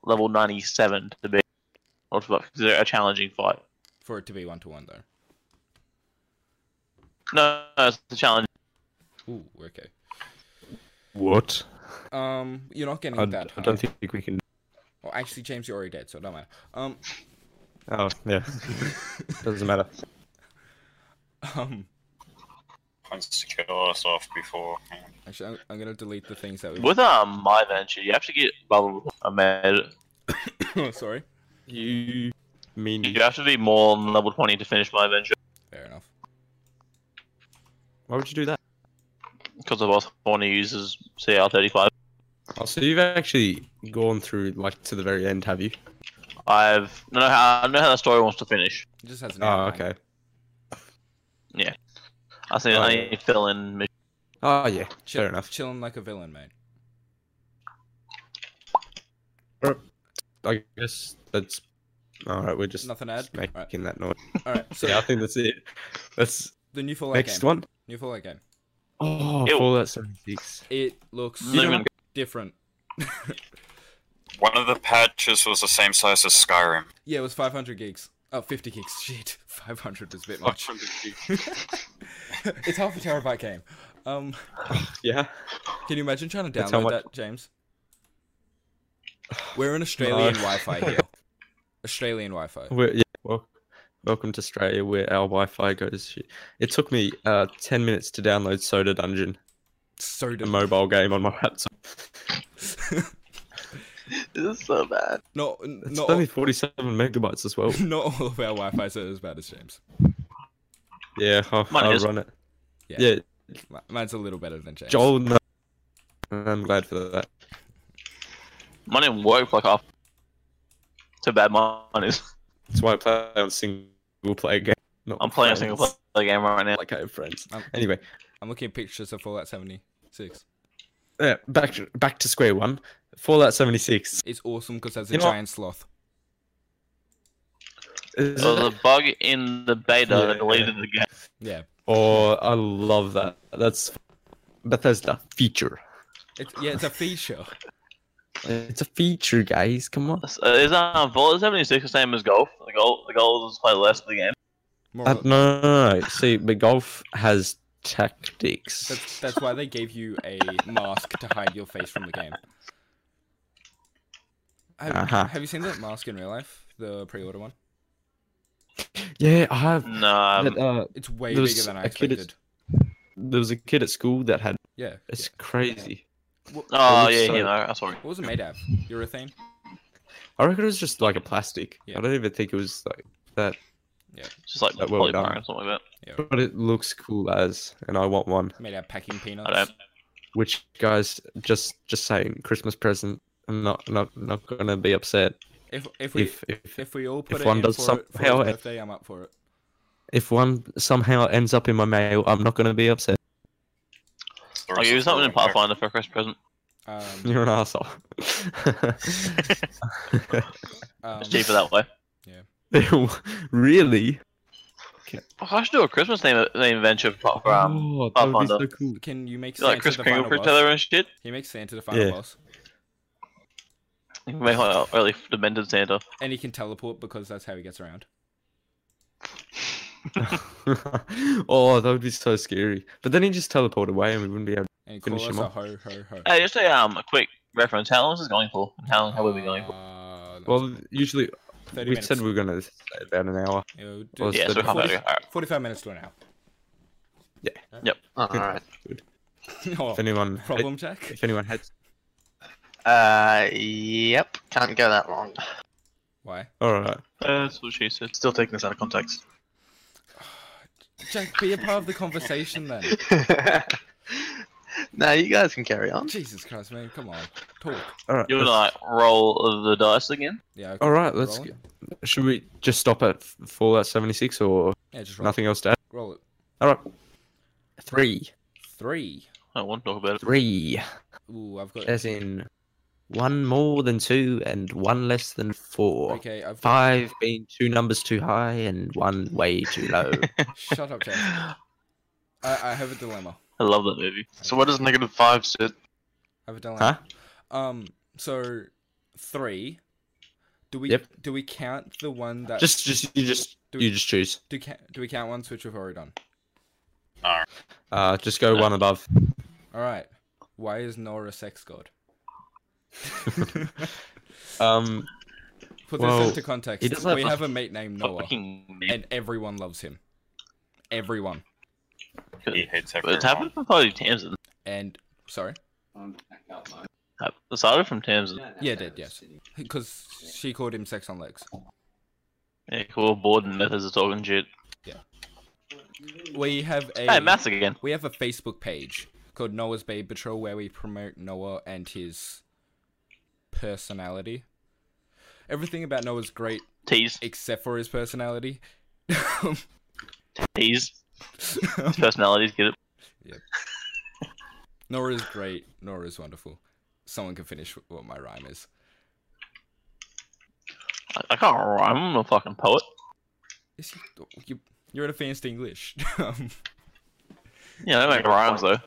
Speaker 5: level 97 to be or to consider a challenging fight.
Speaker 3: For it to be one to one though.
Speaker 5: No, no, it's a challenge.
Speaker 3: Ooh, okay.
Speaker 1: What?
Speaker 3: Um, you're not getting
Speaker 1: I,
Speaker 3: that.
Speaker 1: I don't
Speaker 3: high.
Speaker 1: think we can.
Speaker 3: Well, actually, James, you're already dead, so it don't matter. Um,
Speaker 1: Oh yeah, doesn't matter.
Speaker 3: um,
Speaker 4: I used to kill us off before.
Speaker 3: actually, I'm, I'm gonna delete the things that
Speaker 5: With um my venture, you have to get level I made it.
Speaker 3: we. Sorry.
Speaker 1: You mean
Speaker 5: You have to be more than level 20 to finish my venture
Speaker 3: Fair enough.
Speaker 1: why would you do that?
Speaker 5: because I was want to use as CL 35.
Speaker 1: Oh, so you've actually gone through like to the very end, have you?
Speaker 5: I've I know how I know how the story wants to finish.
Speaker 3: It just has an.
Speaker 1: Oh,
Speaker 3: outline.
Speaker 1: okay.
Speaker 5: I think
Speaker 1: Oh,
Speaker 5: I
Speaker 1: yeah.
Speaker 5: need to fill in mission.
Speaker 1: Oh yeah,
Speaker 3: Chill,
Speaker 1: fair enough.
Speaker 3: Chilling like a villain, mate.
Speaker 1: I guess that's all right. We're just
Speaker 3: Nothing to add.
Speaker 1: making
Speaker 3: Alright.
Speaker 1: that noise.
Speaker 3: Alright. So
Speaker 1: Yeah, I think that's it. That's
Speaker 3: the new Fallout
Speaker 1: next
Speaker 3: game.
Speaker 1: one.
Speaker 3: New Fallout game.
Speaker 1: Oh,
Speaker 5: Ew.
Speaker 1: Fallout 76.
Speaker 3: It looks
Speaker 5: Not even-
Speaker 3: different.
Speaker 4: One of the patches was the same size as Skyrim.
Speaker 1: Oh,
Speaker 3: Yeah, it was 500 gigs. Oh, 50 gigs. Shit, 500 was a bit much. it's half a terabyte game. Um,
Speaker 1: Yeah.
Speaker 3: can you imagine trying to
Speaker 1: That's how
Speaker 3: download
Speaker 1: much-
Speaker 3: that, James? We're in Australian Wi-Fi here. Australian Wi-Fi.
Speaker 1: We're, yeah well, welcome to Australia, where our Wi-Fi goes. shit. It took me uh, 10 minutes to download Soda Dungeon,
Speaker 3: So
Speaker 1: a
Speaker 3: dumb.
Speaker 1: mobile game on my laptop.
Speaker 5: This is so bad.
Speaker 3: Not,
Speaker 1: It's
Speaker 3: not,
Speaker 1: only 47 megabytes as well.
Speaker 3: not all of our Wi-Fi are as bad as James.
Speaker 1: Yeah, I'll,
Speaker 5: Mine
Speaker 1: I'll
Speaker 5: is.
Speaker 1: run it.
Speaker 3: Yeah.
Speaker 1: Yeah,
Speaker 3: Mi- Mine's a little better than James.
Speaker 1: Joel. No. I'm glad for that.
Speaker 5: Mine didn't work for like half. It's how bad mine is.
Speaker 1: That's why I play on single player game. not
Speaker 5: I'm
Speaker 1: with
Speaker 5: playing a
Speaker 1: friends.
Speaker 5: single player game right now.
Speaker 1: Like I have friends.
Speaker 3: Um,
Speaker 1: Anyway,
Speaker 3: I'm looking at pictures of Fallout 76.
Speaker 1: yeah, uh, back to, back to square one. Fallout 76.
Speaker 3: It's awesome because there's a
Speaker 1: You know what?
Speaker 3: giant sloth.
Speaker 1: Is
Speaker 5: There
Speaker 1: it?
Speaker 5: was a bug in the beta
Speaker 1: Yeah.
Speaker 5: that deleted the game.
Speaker 3: Yeah,
Speaker 1: Oh, I love that. That's Bethesda feature.
Speaker 3: it's yeah, it's a feature.
Speaker 1: It's a feature, guys. Come on.
Speaker 5: So, Is um Fallout 76 the same as golf? The goal the goal is to play less of the game.
Speaker 3: More
Speaker 1: Uh,
Speaker 3: or-
Speaker 1: no, no, no, no. See, but golf has tactics.
Speaker 3: That's, that's why they gave you a mask to hide your face from the game. Have,
Speaker 1: Uh-huh.
Speaker 3: have you seen that mask in real life? The pre-order one.
Speaker 1: Yeah, I have.
Speaker 5: No, um,
Speaker 1: that, uh,
Speaker 3: It's way
Speaker 1: There was
Speaker 3: bigger than I
Speaker 1: a kid at-
Speaker 3: expected.
Speaker 1: there was a kid at school that had.
Speaker 3: Yeah.
Speaker 1: It's crazy.
Speaker 5: oh
Speaker 1: it
Speaker 5: yeah,
Speaker 1: looks
Speaker 5: you
Speaker 1: so-
Speaker 5: know, I'm sorry.
Speaker 3: What was it made of? Urethane.
Speaker 1: I reckon it was just like a plastic.
Speaker 3: Yeah.
Speaker 1: I don't even think it was like that,
Speaker 5: It's Just like
Speaker 1: That well done.
Speaker 5: polymer or something like
Speaker 1: but it looks cool as, and I want one.
Speaker 3: Made out of packing
Speaker 5: that.
Speaker 3: peanuts.
Speaker 5: I don't.
Speaker 1: Which guys, just just saying, Christmas present. I'm not not not gonna be upset
Speaker 3: If if we if,
Speaker 1: if if
Speaker 3: we all put
Speaker 1: if
Speaker 3: it
Speaker 1: one
Speaker 3: in
Speaker 1: does
Speaker 3: for,
Speaker 1: some-
Speaker 3: it- for his
Speaker 1: hell, it-
Speaker 3: birthday, I'm up for it.
Speaker 1: if one somehow ends up in my mail, I'm not gonna be upset.
Speaker 5: I'll give you something in Pathfinder for a Christmas present.
Speaker 3: Um,
Speaker 1: You're an asshole.
Speaker 3: um,
Speaker 5: It's cheaper that way.
Speaker 1: really?
Speaker 5: Oh, I should do a Christmas theme, theme venture for for, um,
Speaker 1: oh, that would be so
Speaker 5: Pathfinder.
Speaker 1: cool.
Speaker 3: Can you make Santa
Speaker 5: like Chris
Speaker 3: the
Speaker 5: Kringle
Speaker 3: final
Speaker 5: for
Speaker 3: boss?
Speaker 5: each other and shit.
Speaker 3: He makes Santa the final
Speaker 1: Yeah.
Speaker 3: boss,
Speaker 5: You can make like a really demented Santa.
Speaker 3: and he can teleport because that's how he gets around.
Speaker 1: oh, that would be so scary. But then he just teleport away, and we wouldn't be able.
Speaker 3: And he
Speaker 1: Finish
Speaker 3: calls us
Speaker 1: him
Speaker 3: a
Speaker 1: off.
Speaker 3: ho ho ho.
Speaker 5: Hey, just a um a quick reference. How long is this going for? And How long have we been going for?
Speaker 3: Uh, that's
Speaker 1: Well, usually
Speaker 3: 30
Speaker 1: we
Speaker 3: minutes.
Speaker 1: said we were gonna say about an hour.
Speaker 3: Yeah, we'll
Speaker 1: Well,
Speaker 3: do
Speaker 1: it's
Speaker 5: Yeah, so
Speaker 1: good.
Speaker 5: half hour.
Speaker 3: 40
Speaker 5: All right.
Speaker 3: 45 minutes to an hour.
Speaker 2: Alright.
Speaker 3: oh,
Speaker 1: If anyone,
Speaker 3: problem check?
Speaker 1: if anyone had,
Speaker 2: Uh, yep. Can't go that long.
Speaker 3: Why?
Speaker 1: all right.
Speaker 5: That's what she said.
Speaker 2: Still taking this out of context.
Speaker 3: Jack, be a part of the conversation then.
Speaker 2: now you guys can carry on.
Speaker 3: Jesus Christ, man, come on. Talk.
Speaker 1: All right.
Speaker 5: You
Speaker 1: let's-
Speaker 5: wanna like roll of the dice again?
Speaker 3: Yeah, okay.
Speaker 1: All right. Let's.
Speaker 3: Rolling?
Speaker 1: Should we just stop at F- Fallout 76 or
Speaker 3: yeah just roll,
Speaker 1: nothing else to add?
Speaker 3: roll it.
Speaker 1: All right. Three,
Speaker 3: Three.
Speaker 5: I don't want to talk about it.
Speaker 1: three,
Speaker 3: Ooh, I've got.
Speaker 1: as in one more than two and one less than four.
Speaker 3: Okay, I've got.
Speaker 1: Five being two numbers too high and one way too low.
Speaker 3: Shut up, Jack. I, I have a dilemma.
Speaker 5: I love that movie.
Speaker 2: So what does negative five sit?
Speaker 3: I have a dilemma.
Speaker 1: Huh?
Speaker 3: Um. So three. Do we
Speaker 1: Yep.
Speaker 3: do we count the one that
Speaker 1: Just, just you just
Speaker 3: Uh, Do
Speaker 1: you
Speaker 3: we-
Speaker 1: just choose.
Speaker 3: do ca- do we count ones which we've already done?
Speaker 1: Uh, just go one above.
Speaker 3: All right. Why is Nora a sex god?
Speaker 1: Um,
Speaker 3: Put
Speaker 1: Well,
Speaker 3: this into
Speaker 1: he
Speaker 3: context.
Speaker 1: doesn't have
Speaker 3: We
Speaker 1: much-
Speaker 3: have a mate named Noah,
Speaker 5: Fucking
Speaker 3: uh, and everyone loves him. Everyone.
Speaker 4: He hates everyone.
Speaker 5: It happened from probably Tamsin.
Speaker 3: And sorry,
Speaker 5: It started from Tamsin.
Speaker 3: yeah, did yes, because she called him sex on legs.
Speaker 5: Yeah, cool. Bored and methods of talking shit.
Speaker 3: We have a
Speaker 5: Hey, maths again.
Speaker 3: we have a Facebook page called Noah's Bay Patrol where we promote Noah and his personality. Everything about Noah's great
Speaker 5: Tease.
Speaker 3: except for his personality.
Speaker 5: Tease. His personalities get it.
Speaker 3: Noah is great. Noah is wonderful. Someone can finish what my rhyme is.
Speaker 5: I, I can't rhyme. I'm a fucking poet.
Speaker 3: Is he- you, you're advanced English. Um,
Speaker 5: Yeah, I make rhymes though.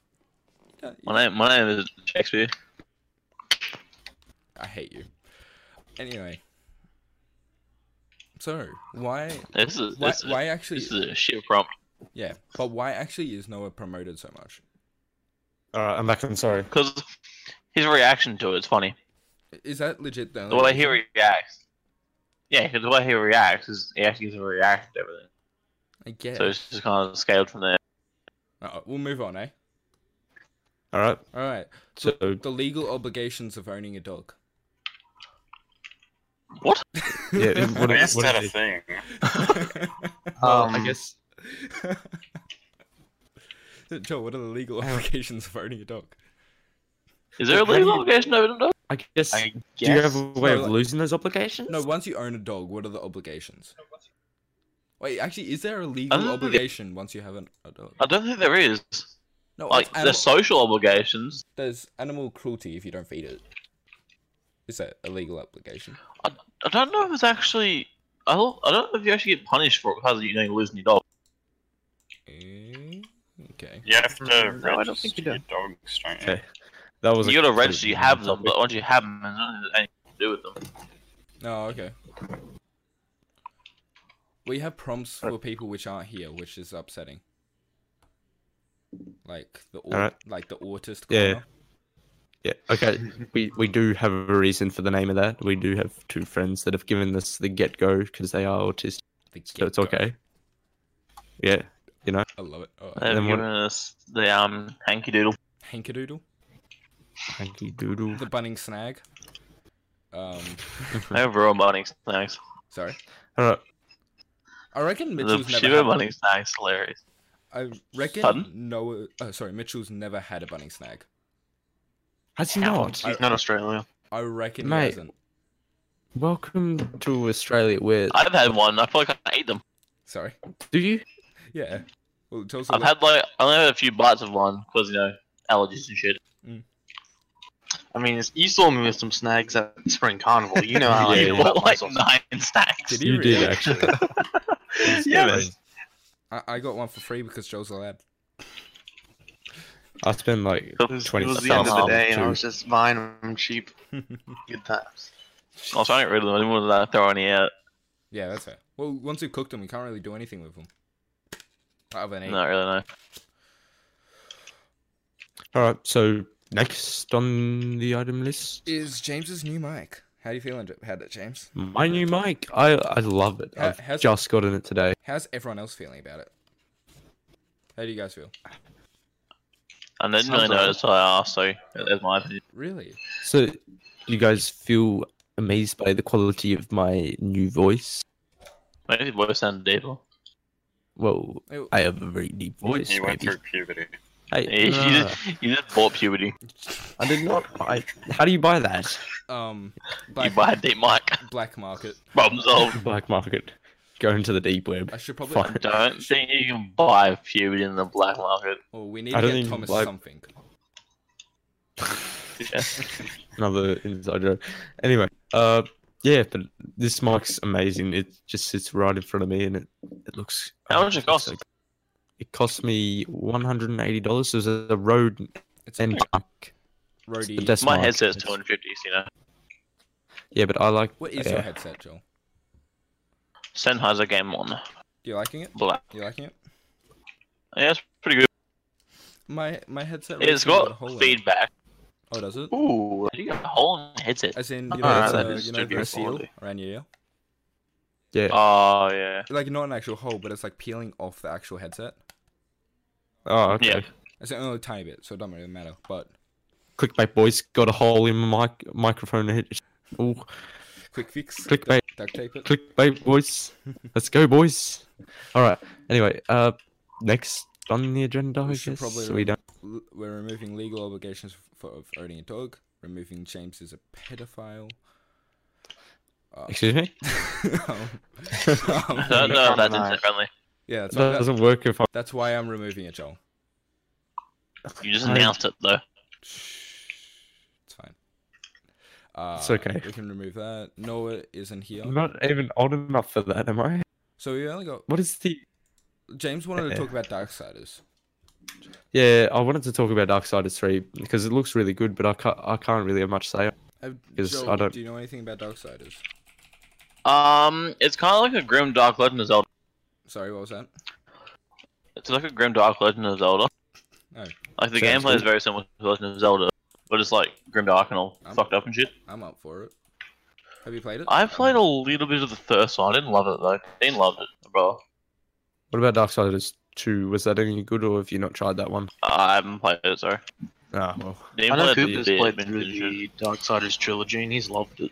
Speaker 3: yeah,
Speaker 5: My name, my name is Shakespeare.
Speaker 3: I hate you. Anyway. So, why
Speaker 5: This is
Speaker 3: why,
Speaker 5: this is,
Speaker 3: why actually
Speaker 5: this is a shit prompt
Speaker 3: yeah, but why actually is Noah promoted so much?
Speaker 1: all right, I'm back. I'm sorry.
Speaker 5: because his reaction to it's funny.
Speaker 3: Is that legit the
Speaker 5: The
Speaker 3: only
Speaker 5: way
Speaker 3: reason?
Speaker 5: he reacts. Yeah, because the way he reacts is he actually gives a reaction to everything.
Speaker 3: I guess.
Speaker 5: So it's just kind of scaled from there.
Speaker 3: Uh, we'll move on, eh?
Speaker 1: All right.
Speaker 3: All right.
Speaker 1: So
Speaker 3: The legal obligations of owning a dog.
Speaker 5: What?
Speaker 1: yeah, it- what,
Speaker 4: Why is
Speaker 1: what
Speaker 4: that
Speaker 1: is
Speaker 4: a
Speaker 1: it?
Speaker 4: thing?
Speaker 1: Well,
Speaker 2: Um,
Speaker 1: I guess
Speaker 3: Joe, what are the legal obligations of owning a dog?
Speaker 5: Is there a
Speaker 1: How do
Speaker 5: legal
Speaker 1: you-
Speaker 5: obligation over the dog?
Speaker 1: I guess.
Speaker 5: I
Speaker 1: Do you have a way
Speaker 3: No,
Speaker 1: of
Speaker 3: like-
Speaker 1: losing those obligations?
Speaker 3: No, once you own a dog, what are the obligations? Wait, actually, is there a
Speaker 5: don't
Speaker 3: legal
Speaker 5: think it-
Speaker 3: obligation once you have an, a dog?
Speaker 5: I don't think there is.
Speaker 3: No,
Speaker 5: Like
Speaker 3: it's
Speaker 5: the
Speaker 3: animal,
Speaker 5: social obligations.
Speaker 3: there's animal cruelty if you don't feed it. Is that a legal obligation?
Speaker 5: I don't know if it's actually. I don't, I don't know if you actually get punished for it because you know you're losing your dog.
Speaker 3: Eh, Okay.
Speaker 4: You have to
Speaker 5: Mm, No, I don't
Speaker 4: register
Speaker 5: think you
Speaker 4: your dogs, don't you?
Speaker 1: Okay. That was.
Speaker 5: You
Speaker 1: a
Speaker 5: gotta
Speaker 1: completely
Speaker 5: register you have them,
Speaker 1: different
Speaker 5: but
Speaker 1: topic.
Speaker 5: once you have them, there's nothing anything to do with them.
Speaker 3: No, okay. We have prompts for people which aren't here, which is upsetting. Like the au-
Speaker 1: Alright.
Speaker 3: like the autist.
Speaker 1: Yeah.
Speaker 3: corner.
Speaker 1: Yeah. Okay. We we do have a reason for the name of that. We do have two friends that have given this the get go because they are autistic,
Speaker 3: The
Speaker 1: so it's
Speaker 3: get-go.
Speaker 1: okay. Yeah. You know.
Speaker 3: I love it. Oh,
Speaker 5: They've
Speaker 1: then what-
Speaker 5: given us the um hanky doodle.
Speaker 3: Hankadoodle,
Speaker 1: Thank you, doodle.
Speaker 3: the bunning snag. Um,
Speaker 5: They have real bunny snacks.
Speaker 3: sorry.
Speaker 1: All right.
Speaker 3: I reckon
Speaker 5: The
Speaker 3: Mitchell's never.
Speaker 5: Shiva
Speaker 3: Had,
Speaker 5: bunny snacks hilarious.
Speaker 3: I reckon
Speaker 5: Pardon?
Speaker 3: Noah. Oh, sorry, Mitchell's never had a bunning snag.
Speaker 1: Has he not?
Speaker 2: He's not Australian.
Speaker 3: I reckon
Speaker 1: Mate.
Speaker 3: he hasn't.
Speaker 1: Welcome to Australia. Where
Speaker 5: I've had one. I feel like I ate them.
Speaker 3: Sorry.
Speaker 1: do you?
Speaker 3: Yeah. Well, tell us a
Speaker 5: I've
Speaker 3: little-
Speaker 5: had like I only had a few bites of one because you know allergies and shit.
Speaker 2: I mean, it's- you saw me with some snags at Spring Carnival. You know
Speaker 1: Yeah,
Speaker 2: how I
Speaker 5: You
Speaker 2: feel
Speaker 5: bought
Speaker 2: about
Speaker 5: like
Speaker 2: myself.
Speaker 5: nine snacks.
Speaker 3: Did he
Speaker 1: You did
Speaker 3: really?
Speaker 1: actually.
Speaker 5: Yeah,
Speaker 1: man.
Speaker 5: man.
Speaker 3: I, I got one for free because Joe's allowed.
Speaker 1: I spent like
Speaker 5: It
Speaker 2: It was, it
Speaker 1: twenty.
Speaker 2: was the end of the
Speaker 5: Um,
Speaker 2: day, and I
Speaker 1: two.
Speaker 2: was just buying them cheap. Good times.
Speaker 5: I was trying to get rid of them. I didn't want to throw any out.
Speaker 3: Yeah, that's fair. Well, once you've cooked them, you can't really do anything with them. Other than eat.
Speaker 5: Not really. No.
Speaker 1: All right. So next on the item list,
Speaker 3: Is James's new mic? How do you feeling about it, James?
Speaker 1: my new mic. I I love it.
Speaker 3: Ha-
Speaker 1: I've
Speaker 3: has-
Speaker 1: just gotten it today.
Speaker 3: How's everyone else feeling about it? How do you guys feel?
Speaker 5: I didn't really
Speaker 2: Sounds like-
Speaker 5: notice till I asked. So that's my opinion.
Speaker 3: Really?
Speaker 1: So, do you guys feel amazed by the quality of my new voice?
Speaker 5: Maybe it would sound deeper.
Speaker 1: Well,
Speaker 3: Ew.
Speaker 1: I have a very deep voice.
Speaker 4: He went
Speaker 1: maybe.
Speaker 4: through puberty.
Speaker 1: Hey,
Speaker 5: You
Speaker 1: nah,
Speaker 5: just, you just bought puberty.
Speaker 1: I did not. I, how do you buy that?
Speaker 3: Um,
Speaker 5: You
Speaker 3: black,
Speaker 5: buy a deep mic.
Speaker 3: black market.
Speaker 5: Problem solved.
Speaker 1: Black market. Go into the deep web.
Speaker 3: I should probably.
Speaker 1: Fuck.
Speaker 5: Don't think you can buy puberty in the black market.
Speaker 3: Oh, we need
Speaker 1: I
Speaker 3: to
Speaker 1: don't
Speaker 3: get
Speaker 1: even
Speaker 3: Thomas
Speaker 1: like-
Speaker 3: something.
Speaker 5: Yeah.
Speaker 1: Another inside joke. Anyway, uh, yeah, but this mic's amazing. It just sits right in front of me, and it, it looks.
Speaker 5: How
Speaker 1: oh,
Speaker 5: much it
Speaker 1: looks
Speaker 5: cost?
Speaker 1: It cost me one hundred and eighty dollars. It was a road
Speaker 3: It's
Speaker 1: and mark.
Speaker 3: Rody.
Speaker 1: the best-
Speaker 5: My
Speaker 1: Smart.
Speaker 5: headset's
Speaker 1: It's-
Speaker 5: 250, so, you know.
Speaker 1: Yeah, but I like.
Speaker 3: What is
Speaker 1: yeah.
Speaker 3: your headset, Joel?
Speaker 5: Sennheiser Game On
Speaker 3: You liking it?
Speaker 5: Black.
Speaker 3: You liking it?
Speaker 5: Yeah, it's pretty good.
Speaker 3: My my headset. Rode's
Speaker 5: It's got
Speaker 3: hole in it.
Speaker 5: feedback.
Speaker 3: Oh, does it?
Speaker 5: Ooh, you got a hole in the headset.
Speaker 3: As in, you know,
Speaker 5: Ah,
Speaker 3: it's,
Speaker 5: that
Speaker 3: uh,
Speaker 5: is
Speaker 3: you know
Speaker 5: tricky
Speaker 3: the seal
Speaker 5: quality.
Speaker 3: around your ear.
Speaker 1: Yeah.
Speaker 5: Oh, yeah.
Speaker 3: Like not an actual hole, but it's like peeling off the actual headset.
Speaker 1: Oh, okay.
Speaker 5: Yeah.
Speaker 3: It's an only tiny bit, so it doesn't really matter. But
Speaker 1: Clickbait boys got a hole in my mic- microphone. head- Ooh,
Speaker 3: quick fix.
Speaker 1: clickbait,
Speaker 3: Duct tape it.
Speaker 1: clickbait boys. Let's go, boys. All right. Anyway, uh, next on the agenda, I
Speaker 3: We should
Speaker 1: guess
Speaker 3: probably
Speaker 1: we don't.
Speaker 3: L- We're removing legal obligations for, of owning a dog. Removing James is a pedophile. Uh,
Speaker 1: Excuse me.
Speaker 3: um,
Speaker 5: I
Speaker 3: um,
Speaker 5: don't know if that's
Speaker 2: Nice.
Speaker 5: internet friendly.
Speaker 3: yeah, that's,
Speaker 1: That
Speaker 3: why, that,
Speaker 1: doesn't work if I.
Speaker 3: that's why I'm removing it, Joel.
Speaker 5: You just
Speaker 1: I-
Speaker 5: announced it, though.
Speaker 3: Shh, It's fine. Uh,
Speaker 1: okay.
Speaker 3: We can remove that. Noah isn't here.
Speaker 1: I'm not even old enough for that, am I?
Speaker 3: So we only got
Speaker 1: What is the?
Speaker 3: James wanted to
Speaker 1: Yeah.
Speaker 3: talk about Darksiders.
Speaker 1: Yeah, I wanted to talk about Darksiders Three because it looks really good, but I can't. I can't really have much say.
Speaker 3: Uh,
Speaker 1: Yes,
Speaker 3: Joel,
Speaker 1: I don't-
Speaker 3: Do you know anything about Darksiders?
Speaker 5: Um, it's kind of like a Grim Dark Legend of Zelda.
Speaker 3: Sorry, what was that?
Speaker 5: It's like a Grim Dark Legend of Zelda.
Speaker 3: Oh.
Speaker 5: Like the
Speaker 1: Sounds
Speaker 5: gameplay is
Speaker 1: good.
Speaker 5: very similar to Legend of Zelda, but it's like Grim Dark and all
Speaker 3: I'm-
Speaker 5: fucked up and shit.
Speaker 3: I'm up for it. Have you played it?
Speaker 5: I played a little bit of the first one. I didn't love it though. Dean loved it, bro.
Speaker 1: What about Darksiders Two? Was that any good, or have you not tried that one?
Speaker 5: I haven't played it, sorry.
Speaker 1: Ah, well,
Speaker 5: Dean
Speaker 2: I know
Speaker 5: played the
Speaker 2: Cooper's
Speaker 5: bit,
Speaker 2: played
Speaker 5: been
Speaker 2: through
Speaker 5: finished it.
Speaker 2: the Darksiders trilogy and he's loved it.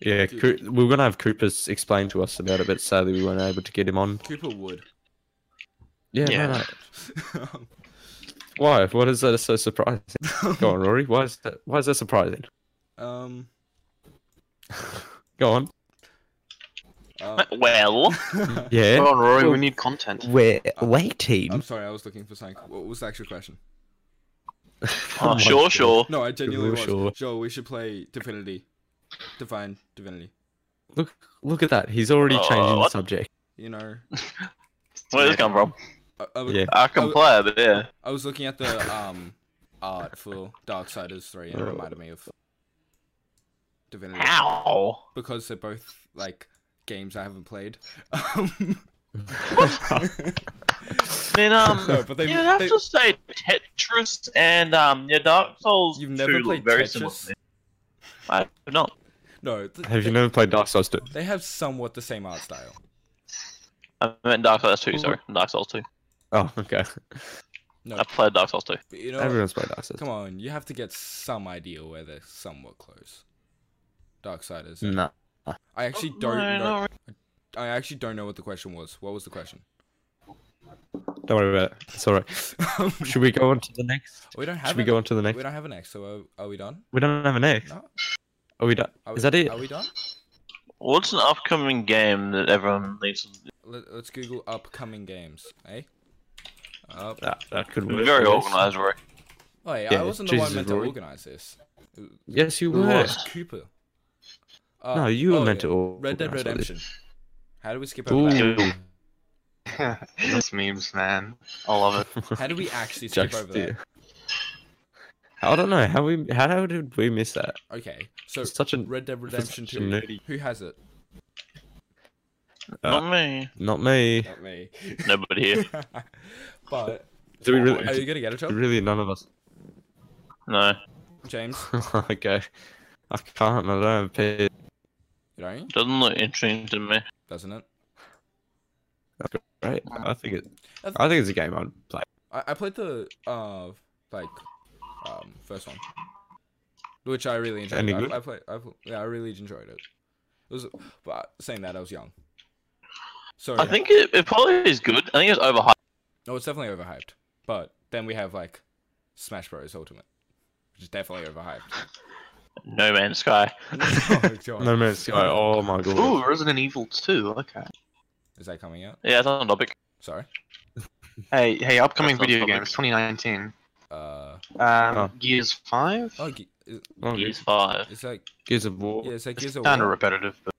Speaker 1: yeah.
Speaker 3: Dude.
Speaker 1: Coo- we were gonna have Coopers explain to us about it, but sadly we weren't able to get him on.
Speaker 3: Cooper Wood.
Speaker 1: Yeah. no,
Speaker 2: Yeah.
Speaker 1: no. Why? What is that so surprising? Go on, Rory. Why is that? Why is that surprising?
Speaker 3: um.
Speaker 1: Go on.
Speaker 3: uh,
Speaker 5: Well,
Speaker 1: Yeah.
Speaker 2: Come on, Rory,
Speaker 1: Well-
Speaker 2: we need content.
Speaker 1: We're
Speaker 3: I'm
Speaker 1: waiting.
Speaker 3: sorry, I was looking for something. What was the actual question?
Speaker 5: oh, sure, sure.
Speaker 3: No, I genuinely was.
Speaker 1: sure.
Speaker 3: Joel, we should play Divinity. Divine Divinity.
Speaker 1: Look, look at that. He's already
Speaker 5: Uh,
Speaker 1: changing the
Speaker 5: what?
Speaker 1: subject.
Speaker 3: You know,
Speaker 5: Where did this come from?
Speaker 3: I, I, was-
Speaker 1: Yeah.
Speaker 5: I can play it, but yeah.
Speaker 3: I was looking at the um art for Darksiders 3 and it reminded me of Divinity.
Speaker 5: How?
Speaker 3: Because they're both like games I haven't played. Um,
Speaker 5: Then um,
Speaker 3: No, but they-
Speaker 5: you'd have
Speaker 3: they-
Speaker 5: to say Tetris and um, yeah, Dark Souls.
Speaker 3: You've never
Speaker 5: 2 look
Speaker 3: played
Speaker 5: very
Speaker 3: Tetris?
Speaker 5: similar to me. I have not.
Speaker 3: no, th-
Speaker 1: Have you
Speaker 3: they-
Speaker 1: never played Darksiders Two?
Speaker 3: they have somewhat the same art style.
Speaker 5: I meant Dark Souls two. Sorry, Dark Souls two.
Speaker 1: Oh, okay.
Speaker 3: No,
Speaker 5: I played Dark Souls two.
Speaker 3: but you know, what?
Speaker 1: Everyone's played Darksiders.
Speaker 3: come on, you have to get some idea where they're somewhat close. Darksiders.
Speaker 1: Nah.
Speaker 3: I actually don't
Speaker 5: Oh, No,
Speaker 3: know.
Speaker 5: not really.
Speaker 3: I actually don't know what the question was. What was the question?
Speaker 1: Don't worry about it. It's all right. Should we go on to the next?
Speaker 3: we don't have.
Speaker 1: Should we
Speaker 3: an-
Speaker 1: go on to the
Speaker 3: We
Speaker 1: next?
Speaker 3: don't have an X. So are, are we done?
Speaker 1: We don't have an X.
Speaker 3: No.
Speaker 1: Are we done?
Speaker 3: Are we,
Speaker 1: Is that it?
Speaker 3: Are we done?
Speaker 5: What's an upcoming game that everyone needs? to-
Speaker 3: Let, us Google upcoming games. Eh? Up.
Speaker 1: That, that could work.
Speaker 5: Very
Speaker 1: yes.
Speaker 5: organized, Rory.
Speaker 3: Oh, yeah, I
Speaker 1: Yeah,
Speaker 3: wasn't the
Speaker 1: Jesus,
Speaker 3: one meant to
Speaker 1: Rory.
Speaker 3: organize this. Oh,
Speaker 1: Yes, you
Speaker 2: Who
Speaker 1: were.
Speaker 2: was?
Speaker 3: Cooper. Uh,
Speaker 1: No, you were
Speaker 3: oh,
Speaker 1: meant
Speaker 3: yeah,
Speaker 1: to
Speaker 3: Red Dead
Speaker 1: organise all this.
Speaker 3: Redemption. How do we skip over that?
Speaker 1: Ooh.
Speaker 2: It's memes, man. I love it.
Speaker 3: How do we actually skip
Speaker 1: Jokes,
Speaker 3: over that?
Speaker 1: dear. I don't know how we how, how did we miss that?
Speaker 3: Okay, so
Speaker 1: It's such a
Speaker 3: Red Dead Redemption
Speaker 1: such a
Speaker 3: 2.
Speaker 1: nerdy-
Speaker 3: Who has it?
Speaker 1: Uh,
Speaker 5: Not me.
Speaker 1: not me.
Speaker 3: Not me.
Speaker 5: Nobody here.
Speaker 3: but
Speaker 1: Do we
Speaker 3: are you
Speaker 1: really?
Speaker 3: gonna get it,
Speaker 1: did
Speaker 3: Joel?
Speaker 1: Really, none of us.
Speaker 5: No,
Speaker 3: James?
Speaker 1: okay, I can't. I don't have paid.
Speaker 3: You know,
Speaker 5: doesn't look interesting to me.
Speaker 3: doesn't it?
Speaker 1: Right? I think it. I think it's a game I'd play.
Speaker 3: I, I played the uh like um first one, which I really enjoyed.
Speaker 1: Any
Speaker 3: I,
Speaker 1: good?
Speaker 3: I played. I, pl- yeah, I really enjoyed it. It was, but saying that, I was young. So
Speaker 5: I think it, it probably is good. I think it's overhyped.
Speaker 3: no, it's definitely overhyped. But then we have like Smash Bros Ultimate, which is definitely overhyped.
Speaker 5: No Man's Sky.
Speaker 3: Oh, God.
Speaker 1: No Man's Sky. Oh my god.
Speaker 2: Ooh, Resident Evil 2, okay.
Speaker 3: Is that coming out?
Speaker 5: Yeah, it's on topic.
Speaker 3: Sorry.
Speaker 2: Hey, hey, upcoming
Speaker 5: That's not
Speaker 2: video
Speaker 5: public.
Speaker 2: games, 2019.
Speaker 3: Uh
Speaker 2: Um,
Speaker 1: Oh.
Speaker 2: Gears 5?
Speaker 3: oh, Ge- is,
Speaker 1: Oh,
Speaker 5: Gears five.
Speaker 3: is that
Speaker 1: Gears of War.
Speaker 3: yeah? Is that Gears of
Speaker 2: Kinda
Speaker 3: War?
Speaker 2: repetitive, but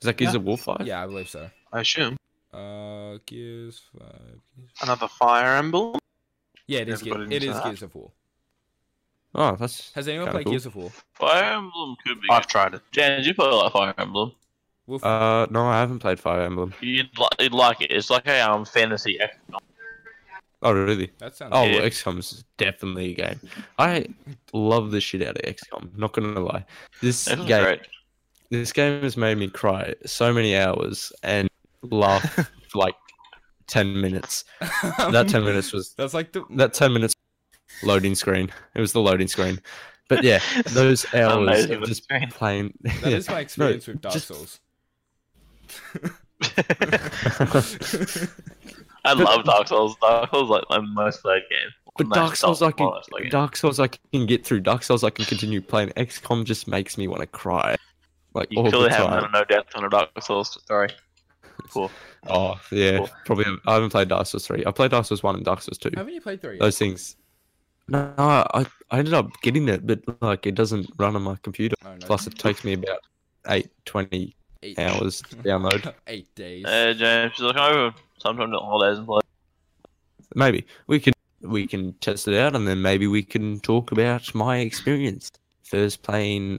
Speaker 1: Is that Gears
Speaker 2: Yeah.
Speaker 1: of War five?
Speaker 3: Yeah, I believe so.
Speaker 2: I assume.
Speaker 3: Uh, Gears Five. Gears...
Speaker 2: Another Fire Emblem.
Speaker 3: Yeah, it is. Gears,
Speaker 2: Everybody
Speaker 3: it
Speaker 2: knows
Speaker 3: is
Speaker 2: that.
Speaker 3: Gears of War.
Speaker 1: Oh, that's
Speaker 3: Has anyone
Speaker 1: Kinda
Speaker 3: played
Speaker 1: cool.
Speaker 3: Gears of War?
Speaker 5: Fire Emblem could be.
Speaker 2: I've tried it.
Speaker 5: Jan, did you play like Fire Emblem?
Speaker 3: Wolf.
Speaker 1: uh no, I haven't played Fire Emblem.
Speaker 5: You'd, li- you'd like it. It's like a um fantasy. act-
Speaker 1: Oh really?
Speaker 3: that sounds.
Speaker 1: Oh,
Speaker 5: Yeah.
Speaker 1: XCOM's definitely a game. I love the shit out of XCOM. Not gonna lie, this
Speaker 5: It was
Speaker 1: game
Speaker 5: great.
Speaker 1: this game has made me cry so many hours and laugh for like ten minutes. oh,
Speaker 3: Um,
Speaker 1: That ten minutes was
Speaker 3: That's like the.
Speaker 1: that 10 minutes loading screen. It was the loading screen. But yeah, those hours
Speaker 5: Amazing
Speaker 1: of
Speaker 5: with
Speaker 1: just
Speaker 5: screen.
Speaker 1: playing.
Speaker 3: That is my experience with Dark
Speaker 1: just-
Speaker 3: Souls.
Speaker 5: I love Dark Souls. Dark Souls is like my most played game.
Speaker 1: But
Speaker 5: No,
Speaker 1: Dark Souls, I
Speaker 5: Souls
Speaker 1: can,
Speaker 5: more or less like it.
Speaker 1: Dark Souls, I can get through. Dark Souls, I can continue playing. XCOM just makes me want to cry, like
Speaker 5: You
Speaker 1: all the
Speaker 5: clearly have
Speaker 1: time.
Speaker 5: no death on a Dark Souls story. Cool.
Speaker 1: Oh yeah,
Speaker 5: Cool.
Speaker 1: probably. haven't- I haven't played Dark Souls three. I played Dark Souls one and Dark Souls two.
Speaker 3: Haven't you played three? Yet?
Speaker 1: Those things. No, I I ended up getting it, but like it doesn't run on my computer.
Speaker 3: Oh, no.
Speaker 1: Plus, it takes me about eight twenty
Speaker 3: eight
Speaker 1: hours to download.
Speaker 3: Eight days.
Speaker 5: Uh, James, she's like, over sometime on holidays and play.
Speaker 1: maybe we can we can test it out and then maybe we can talk about my experience first playing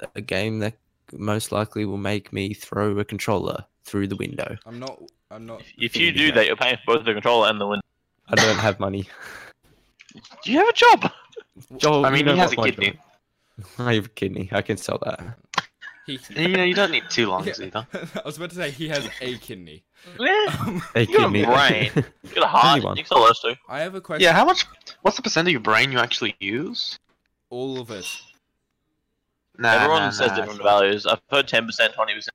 Speaker 1: a- a game that most likely will make me throw a controller through the window
Speaker 3: I'm not. I'm not.
Speaker 5: If you do that, you're paying for both the controller and the window.
Speaker 1: i don't have money
Speaker 5: Do you have a job?
Speaker 1: Joel,
Speaker 2: I mean,
Speaker 1: you know
Speaker 2: he has
Speaker 1: what
Speaker 2: a
Speaker 1: my
Speaker 2: kidney.
Speaker 1: job- i have a kidney i can sell that
Speaker 3: He,
Speaker 2: You know, you don't need two lungs
Speaker 3: Yeah.
Speaker 2: either.
Speaker 3: I was about to say he has a kidney.
Speaker 5: Yeah.
Speaker 1: a
Speaker 5: You got a
Speaker 1: kidney
Speaker 5: brain. You got a heart.
Speaker 1: Anyone.
Speaker 5: You can sell those two.
Speaker 3: I have a question.
Speaker 2: Yeah, how much? What's the percent of your brain you actually use?
Speaker 3: All of it.
Speaker 2: Nah,
Speaker 5: Everyone
Speaker 2: nah,
Speaker 5: says
Speaker 2: nah.
Speaker 5: different values. I've heard 10%, 20%,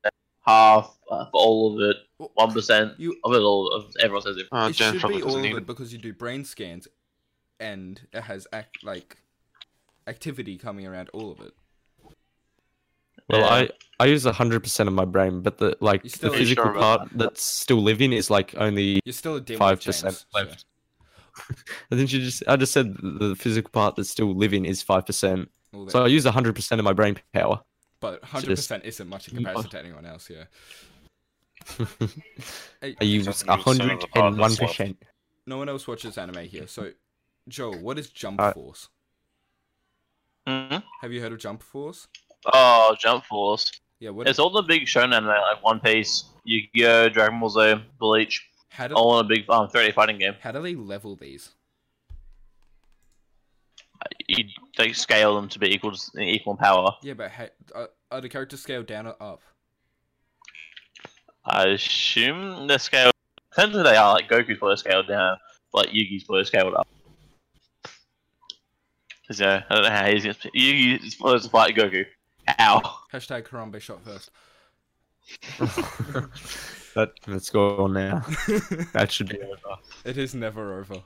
Speaker 5: half, uh, for all of it, 1%.
Speaker 3: You.
Speaker 5: Of it all, of, everyone says different.
Speaker 2: Oh,
Speaker 3: it
Speaker 2: Jen
Speaker 3: should
Speaker 2: probably
Speaker 3: be all
Speaker 2: doesn't
Speaker 3: of
Speaker 2: need
Speaker 3: it
Speaker 2: it.
Speaker 3: because you do brain scans, and it has act like activity coming around all of it.
Speaker 1: well
Speaker 5: Yeah.
Speaker 1: i i use 100% of my brain but the like
Speaker 3: You
Speaker 1: the
Speaker 3: still- Are you
Speaker 1: physical
Speaker 2: sure about
Speaker 1: part that's still living is like only
Speaker 3: You're still a dimwit,
Speaker 1: five percent
Speaker 3: James,
Speaker 1: left.
Speaker 3: so-
Speaker 1: I think you just I just said the physical part that's still living is five percent.
Speaker 3: all that.
Speaker 1: So I use hundred percent of my brain power.
Speaker 3: but 100 percent isn't much in comparison to anyone else. Yeah. Hey,
Speaker 1: I use
Speaker 4: Just use some of
Speaker 1: hundred
Speaker 4: the part
Speaker 1: and one
Speaker 4: that's left.
Speaker 1: percent.
Speaker 3: no one else watches anime here. So, Joel, what is Jump
Speaker 1: Uh,
Speaker 3: Force?
Speaker 5: hmm
Speaker 3: Have you heard of Jump Force?
Speaker 5: Oh, Jump Force.
Speaker 3: Yeah. What?
Speaker 5: It's all the big shonen anime, like One Piece, Yu-Gi-Oh, Dragon Ball Z, Bleach,
Speaker 3: how do
Speaker 5: all in a big um, 30 fighting game.
Speaker 3: how do they level these?
Speaker 5: You they scale them to be equal to equal in power.
Speaker 3: Yeah, but how, uh, are the characters scaled down or up?
Speaker 5: I assume they're scaled. Essentially, they are like Goku's probably scaled down, like Yugi's probably scaled up. 'Cause, Yeah, I don't know how he's gonna. Yugi's supposed to fight Goku. Ow.
Speaker 3: Hashtag Harambe shot first.
Speaker 1: But let's go on now. That should be over.
Speaker 3: It is never over.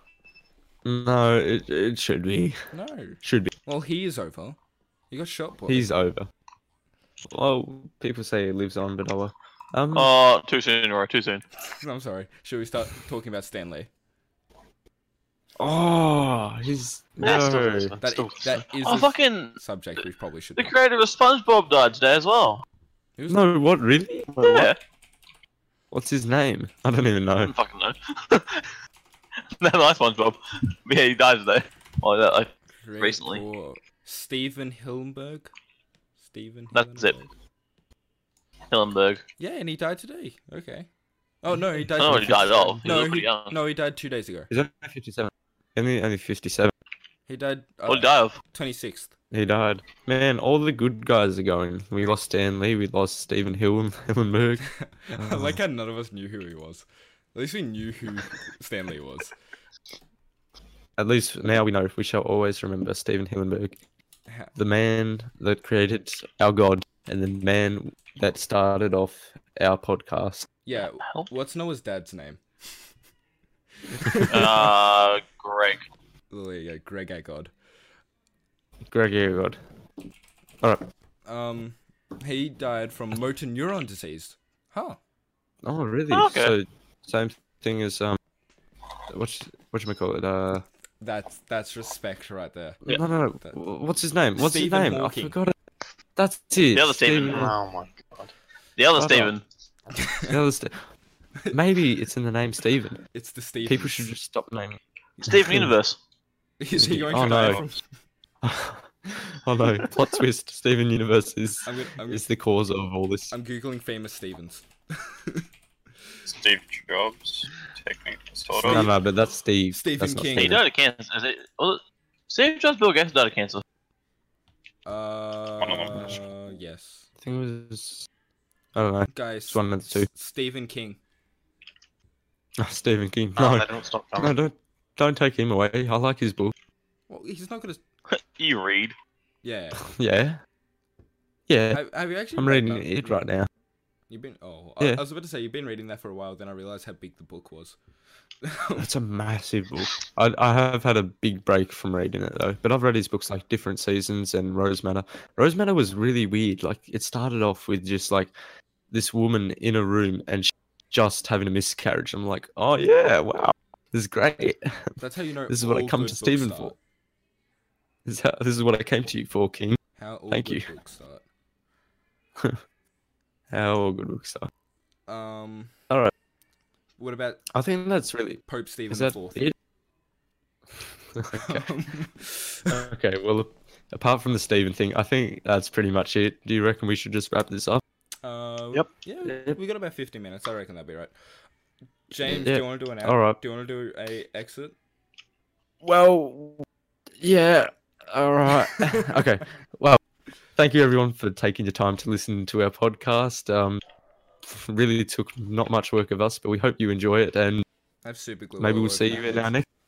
Speaker 1: No, it, it should be.
Speaker 3: No.
Speaker 1: Should be.
Speaker 3: Well, he is over. He got shot. Boy.
Speaker 1: He's over. Well, people say he lives on, but I will. Um,
Speaker 5: Oh, too soon, Rory, too soon.
Speaker 3: I'm sorry. Should we start talking about Stanley?
Speaker 1: oh, he's
Speaker 2: Nah, still
Speaker 1: no.
Speaker 2: doesn't.
Speaker 3: That
Speaker 2: Still
Speaker 3: i- that is
Speaker 5: Oh,
Speaker 3: a
Speaker 5: fucking.
Speaker 3: subject we probably should.
Speaker 5: The
Speaker 3: not-
Speaker 5: creator of SpongeBob died today as well.
Speaker 3: Who's
Speaker 1: No, what really?
Speaker 5: Yeah.
Speaker 1: What's his name? I don't even
Speaker 5: I
Speaker 2: Hmm.
Speaker 1: know.
Speaker 5: don't fucking know. no, nice SpongeBob. But yeah, he died today. Oh, that, like,
Speaker 3: the creator?
Speaker 5: recently.
Speaker 3: Steven Hillenberg. Steven.
Speaker 5: That's it.
Speaker 3: Hillenburg?
Speaker 5: Hillenberg.
Speaker 3: Yeah, and he died today. Okay. Oh no, he died.
Speaker 5: Oh,
Speaker 3: today.
Speaker 5: he died off. He
Speaker 3: No,
Speaker 5: was pretty young.
Speaker 3: no, he died two days ago.
Speaker 1: He's only fifty-seven. Only only fifty-seven.
Speaker 3: He died. Uh,
Speaker 5: What did he die of?
Speaker 3: 26th.
Speaker 1: He died. Man, all the good guys are going. We lost Stan Lee, we lost Stephen Hill and Hillenberg. Uh-huh.
Speaker 3: I like how none of us knew who he was. At least we knew who Stanley was.
Speaker 1: At least now we know. We shall always remember Stephen Hillenberg,
Speaker 3: Ha-
Speaker 1: the man that created our God and the man that started off our podcast.
Speaker 3: Yeah.
Speaker 5: hell?
Speaker 3: What's Noah's dad's name?
Speaker 5: uh, Greg.
Speaker 3: Oh, there you go, Greg Agod.
Speaker 1: Gregory God.
Speaker 3: Um, he died from motor neuron disease. Huh.
Speaker 1: Oh, really?
Speaker 5: Oh, okay.
Speaker 1: So, same thing as um, what's what you call it? Uh,
Speaker 3: That's that's respect right there.
Speaker 5: Yeah.
Speaker 1: no, no, no.
Speaker 3: That-
Speaker 1: What's his name? What's
Speaker 3: Stephen
Speaker 1: his name?
Speaker 3: Hawking.
Speaker 1: I forgot it. That's it.
Speaker 5: The other Stephen.
Speaker 2: Oh my god.
Speaker 5: The other
Speaker 1: Shut up.
Speaker 5: Steven.
Speaker 1: The other Ste- Maybe it's in the name Steven.
Speaker 3: It's the Steve.
Speaker 1: People should just stop naming.
Speaker 5: Steven Universe.
Speaker 3: Is he going
Speaker 1: Oh,
Speaker 3: to
Speaker 1: no.
Speaker 3: die from?
Speaker 1: oh no! Plot twist: Steven Universe is
Speaker 3: I'm, gonna, I'm,
Speaker 1: is the cause of all this.
Speaker 3: I'm googling famous Stevens.
Speaker 4: Steve Jobs, technically, sort
Speaker 1: No,
Speaker 4: of.
Speaker 1: no, but that's Steve.
Speaker 3: Oh. Stephen
Speaker 1: that's not
Speaker 3: King.
Speaker 5: He
Speaker 1: Steven.
Speaker 5: died of cancer. Is it, was it, Steve Jobs Bill Gates died of cancer. Oh,
Speaker 3: Uh, yes,
Speaker 1: I think it was. I don't know.
Speaker 3: guys.
Speaker 1: It's one of the two.
Speaker 3: S- Stephen King.
Speaker 1: Oh, Stephen King.
Speaker 5: Oh,
Speaker 1: No,
Speaker 5: they don't stop
Speaker 1: no,
Speaker 5: coming.
Speaker 1: don't don't take him away. I like his book.
Speaker 3: Well, he's not gonna.
Speaker 5: You read.
Speaker 3: Yeah.
Speaker 1: Yeah, yeah.
Speaker 3: Have, have you actually?
Speaker 1: I'm
Speaker 3: read
Speaker 1: reading
Speaker 3: that?
Speaker 1: it right now.
Speaker 3: You've been. Oh, I,
Speaker 1: Yeah.
Speaker 3: I was about to say you've been reading that for a while. Then I realized how big the book was.
Speaker 1: It's a massive book. I, I have had a big break from reading it though, but I've read his books like Different Seasons and Rose Manor. Rose Manor was really weird. Like it started off with just like this woman in a room and she just having a miscarriage. I'm like, oh yeah, wow, this is great.
Speaker 3: That's how you know.
Speaker 1: This is what I
Speaker 3: all
Speaker 1: come
Speaker 3: good
Speaker 1: to
Speaker 3: books
Speaker 1: Stephen
Speaker 3: start.
Speaker 1: for. This is, how, this is what I came to you for, King.
Speaker 3: How all
Speaker 1: Thank
Speaker 3: good
Speaker 1: you.
Speaker 3: books start.
Speaker 1: How all good books are.
Speaker 3: Um.
Speaker 1: All right.
Speaker 3: What about
Speaker 1: I think that's really.
Speaker 3: Pope Stephen
Speaker 1: Is that
Speaker 3: IV?
Speaker 1: it? okay.
Speaker 3: Um,
Speaker 1: okay. Well, apart from the Stephen thing, I think that's pretty much it. Do you reckon we should just wrap this up?
Speaker 3: Uh,
Speaker 5: Yep.
Speaker 3: Yeah,
Speaker 1: Yep.
Speaker 3: we got about 50 minutes. I reckon that'll be right. James, do
Speaker 1: Yeah.
Speaker 3: you want to do an out?
Speaker 1: All right.
Speaker 3: Do you want to do a exit?
Speaker 1: Well, yeah. All right. okay. Well, thank you everyone for taking your time to listen to our podcast. Um, really took not much work of us, but we hope you enjoy it, and
Speaker 3: I have super glue.
Speaker 1: maybe
Speaker 3: all
Speaker 1: we'll
Speaker 3: over
Speaker 1: see
Speaker 3: my
Speaker 1: you in
Speaker 3: hands.
Speaker 1: our next.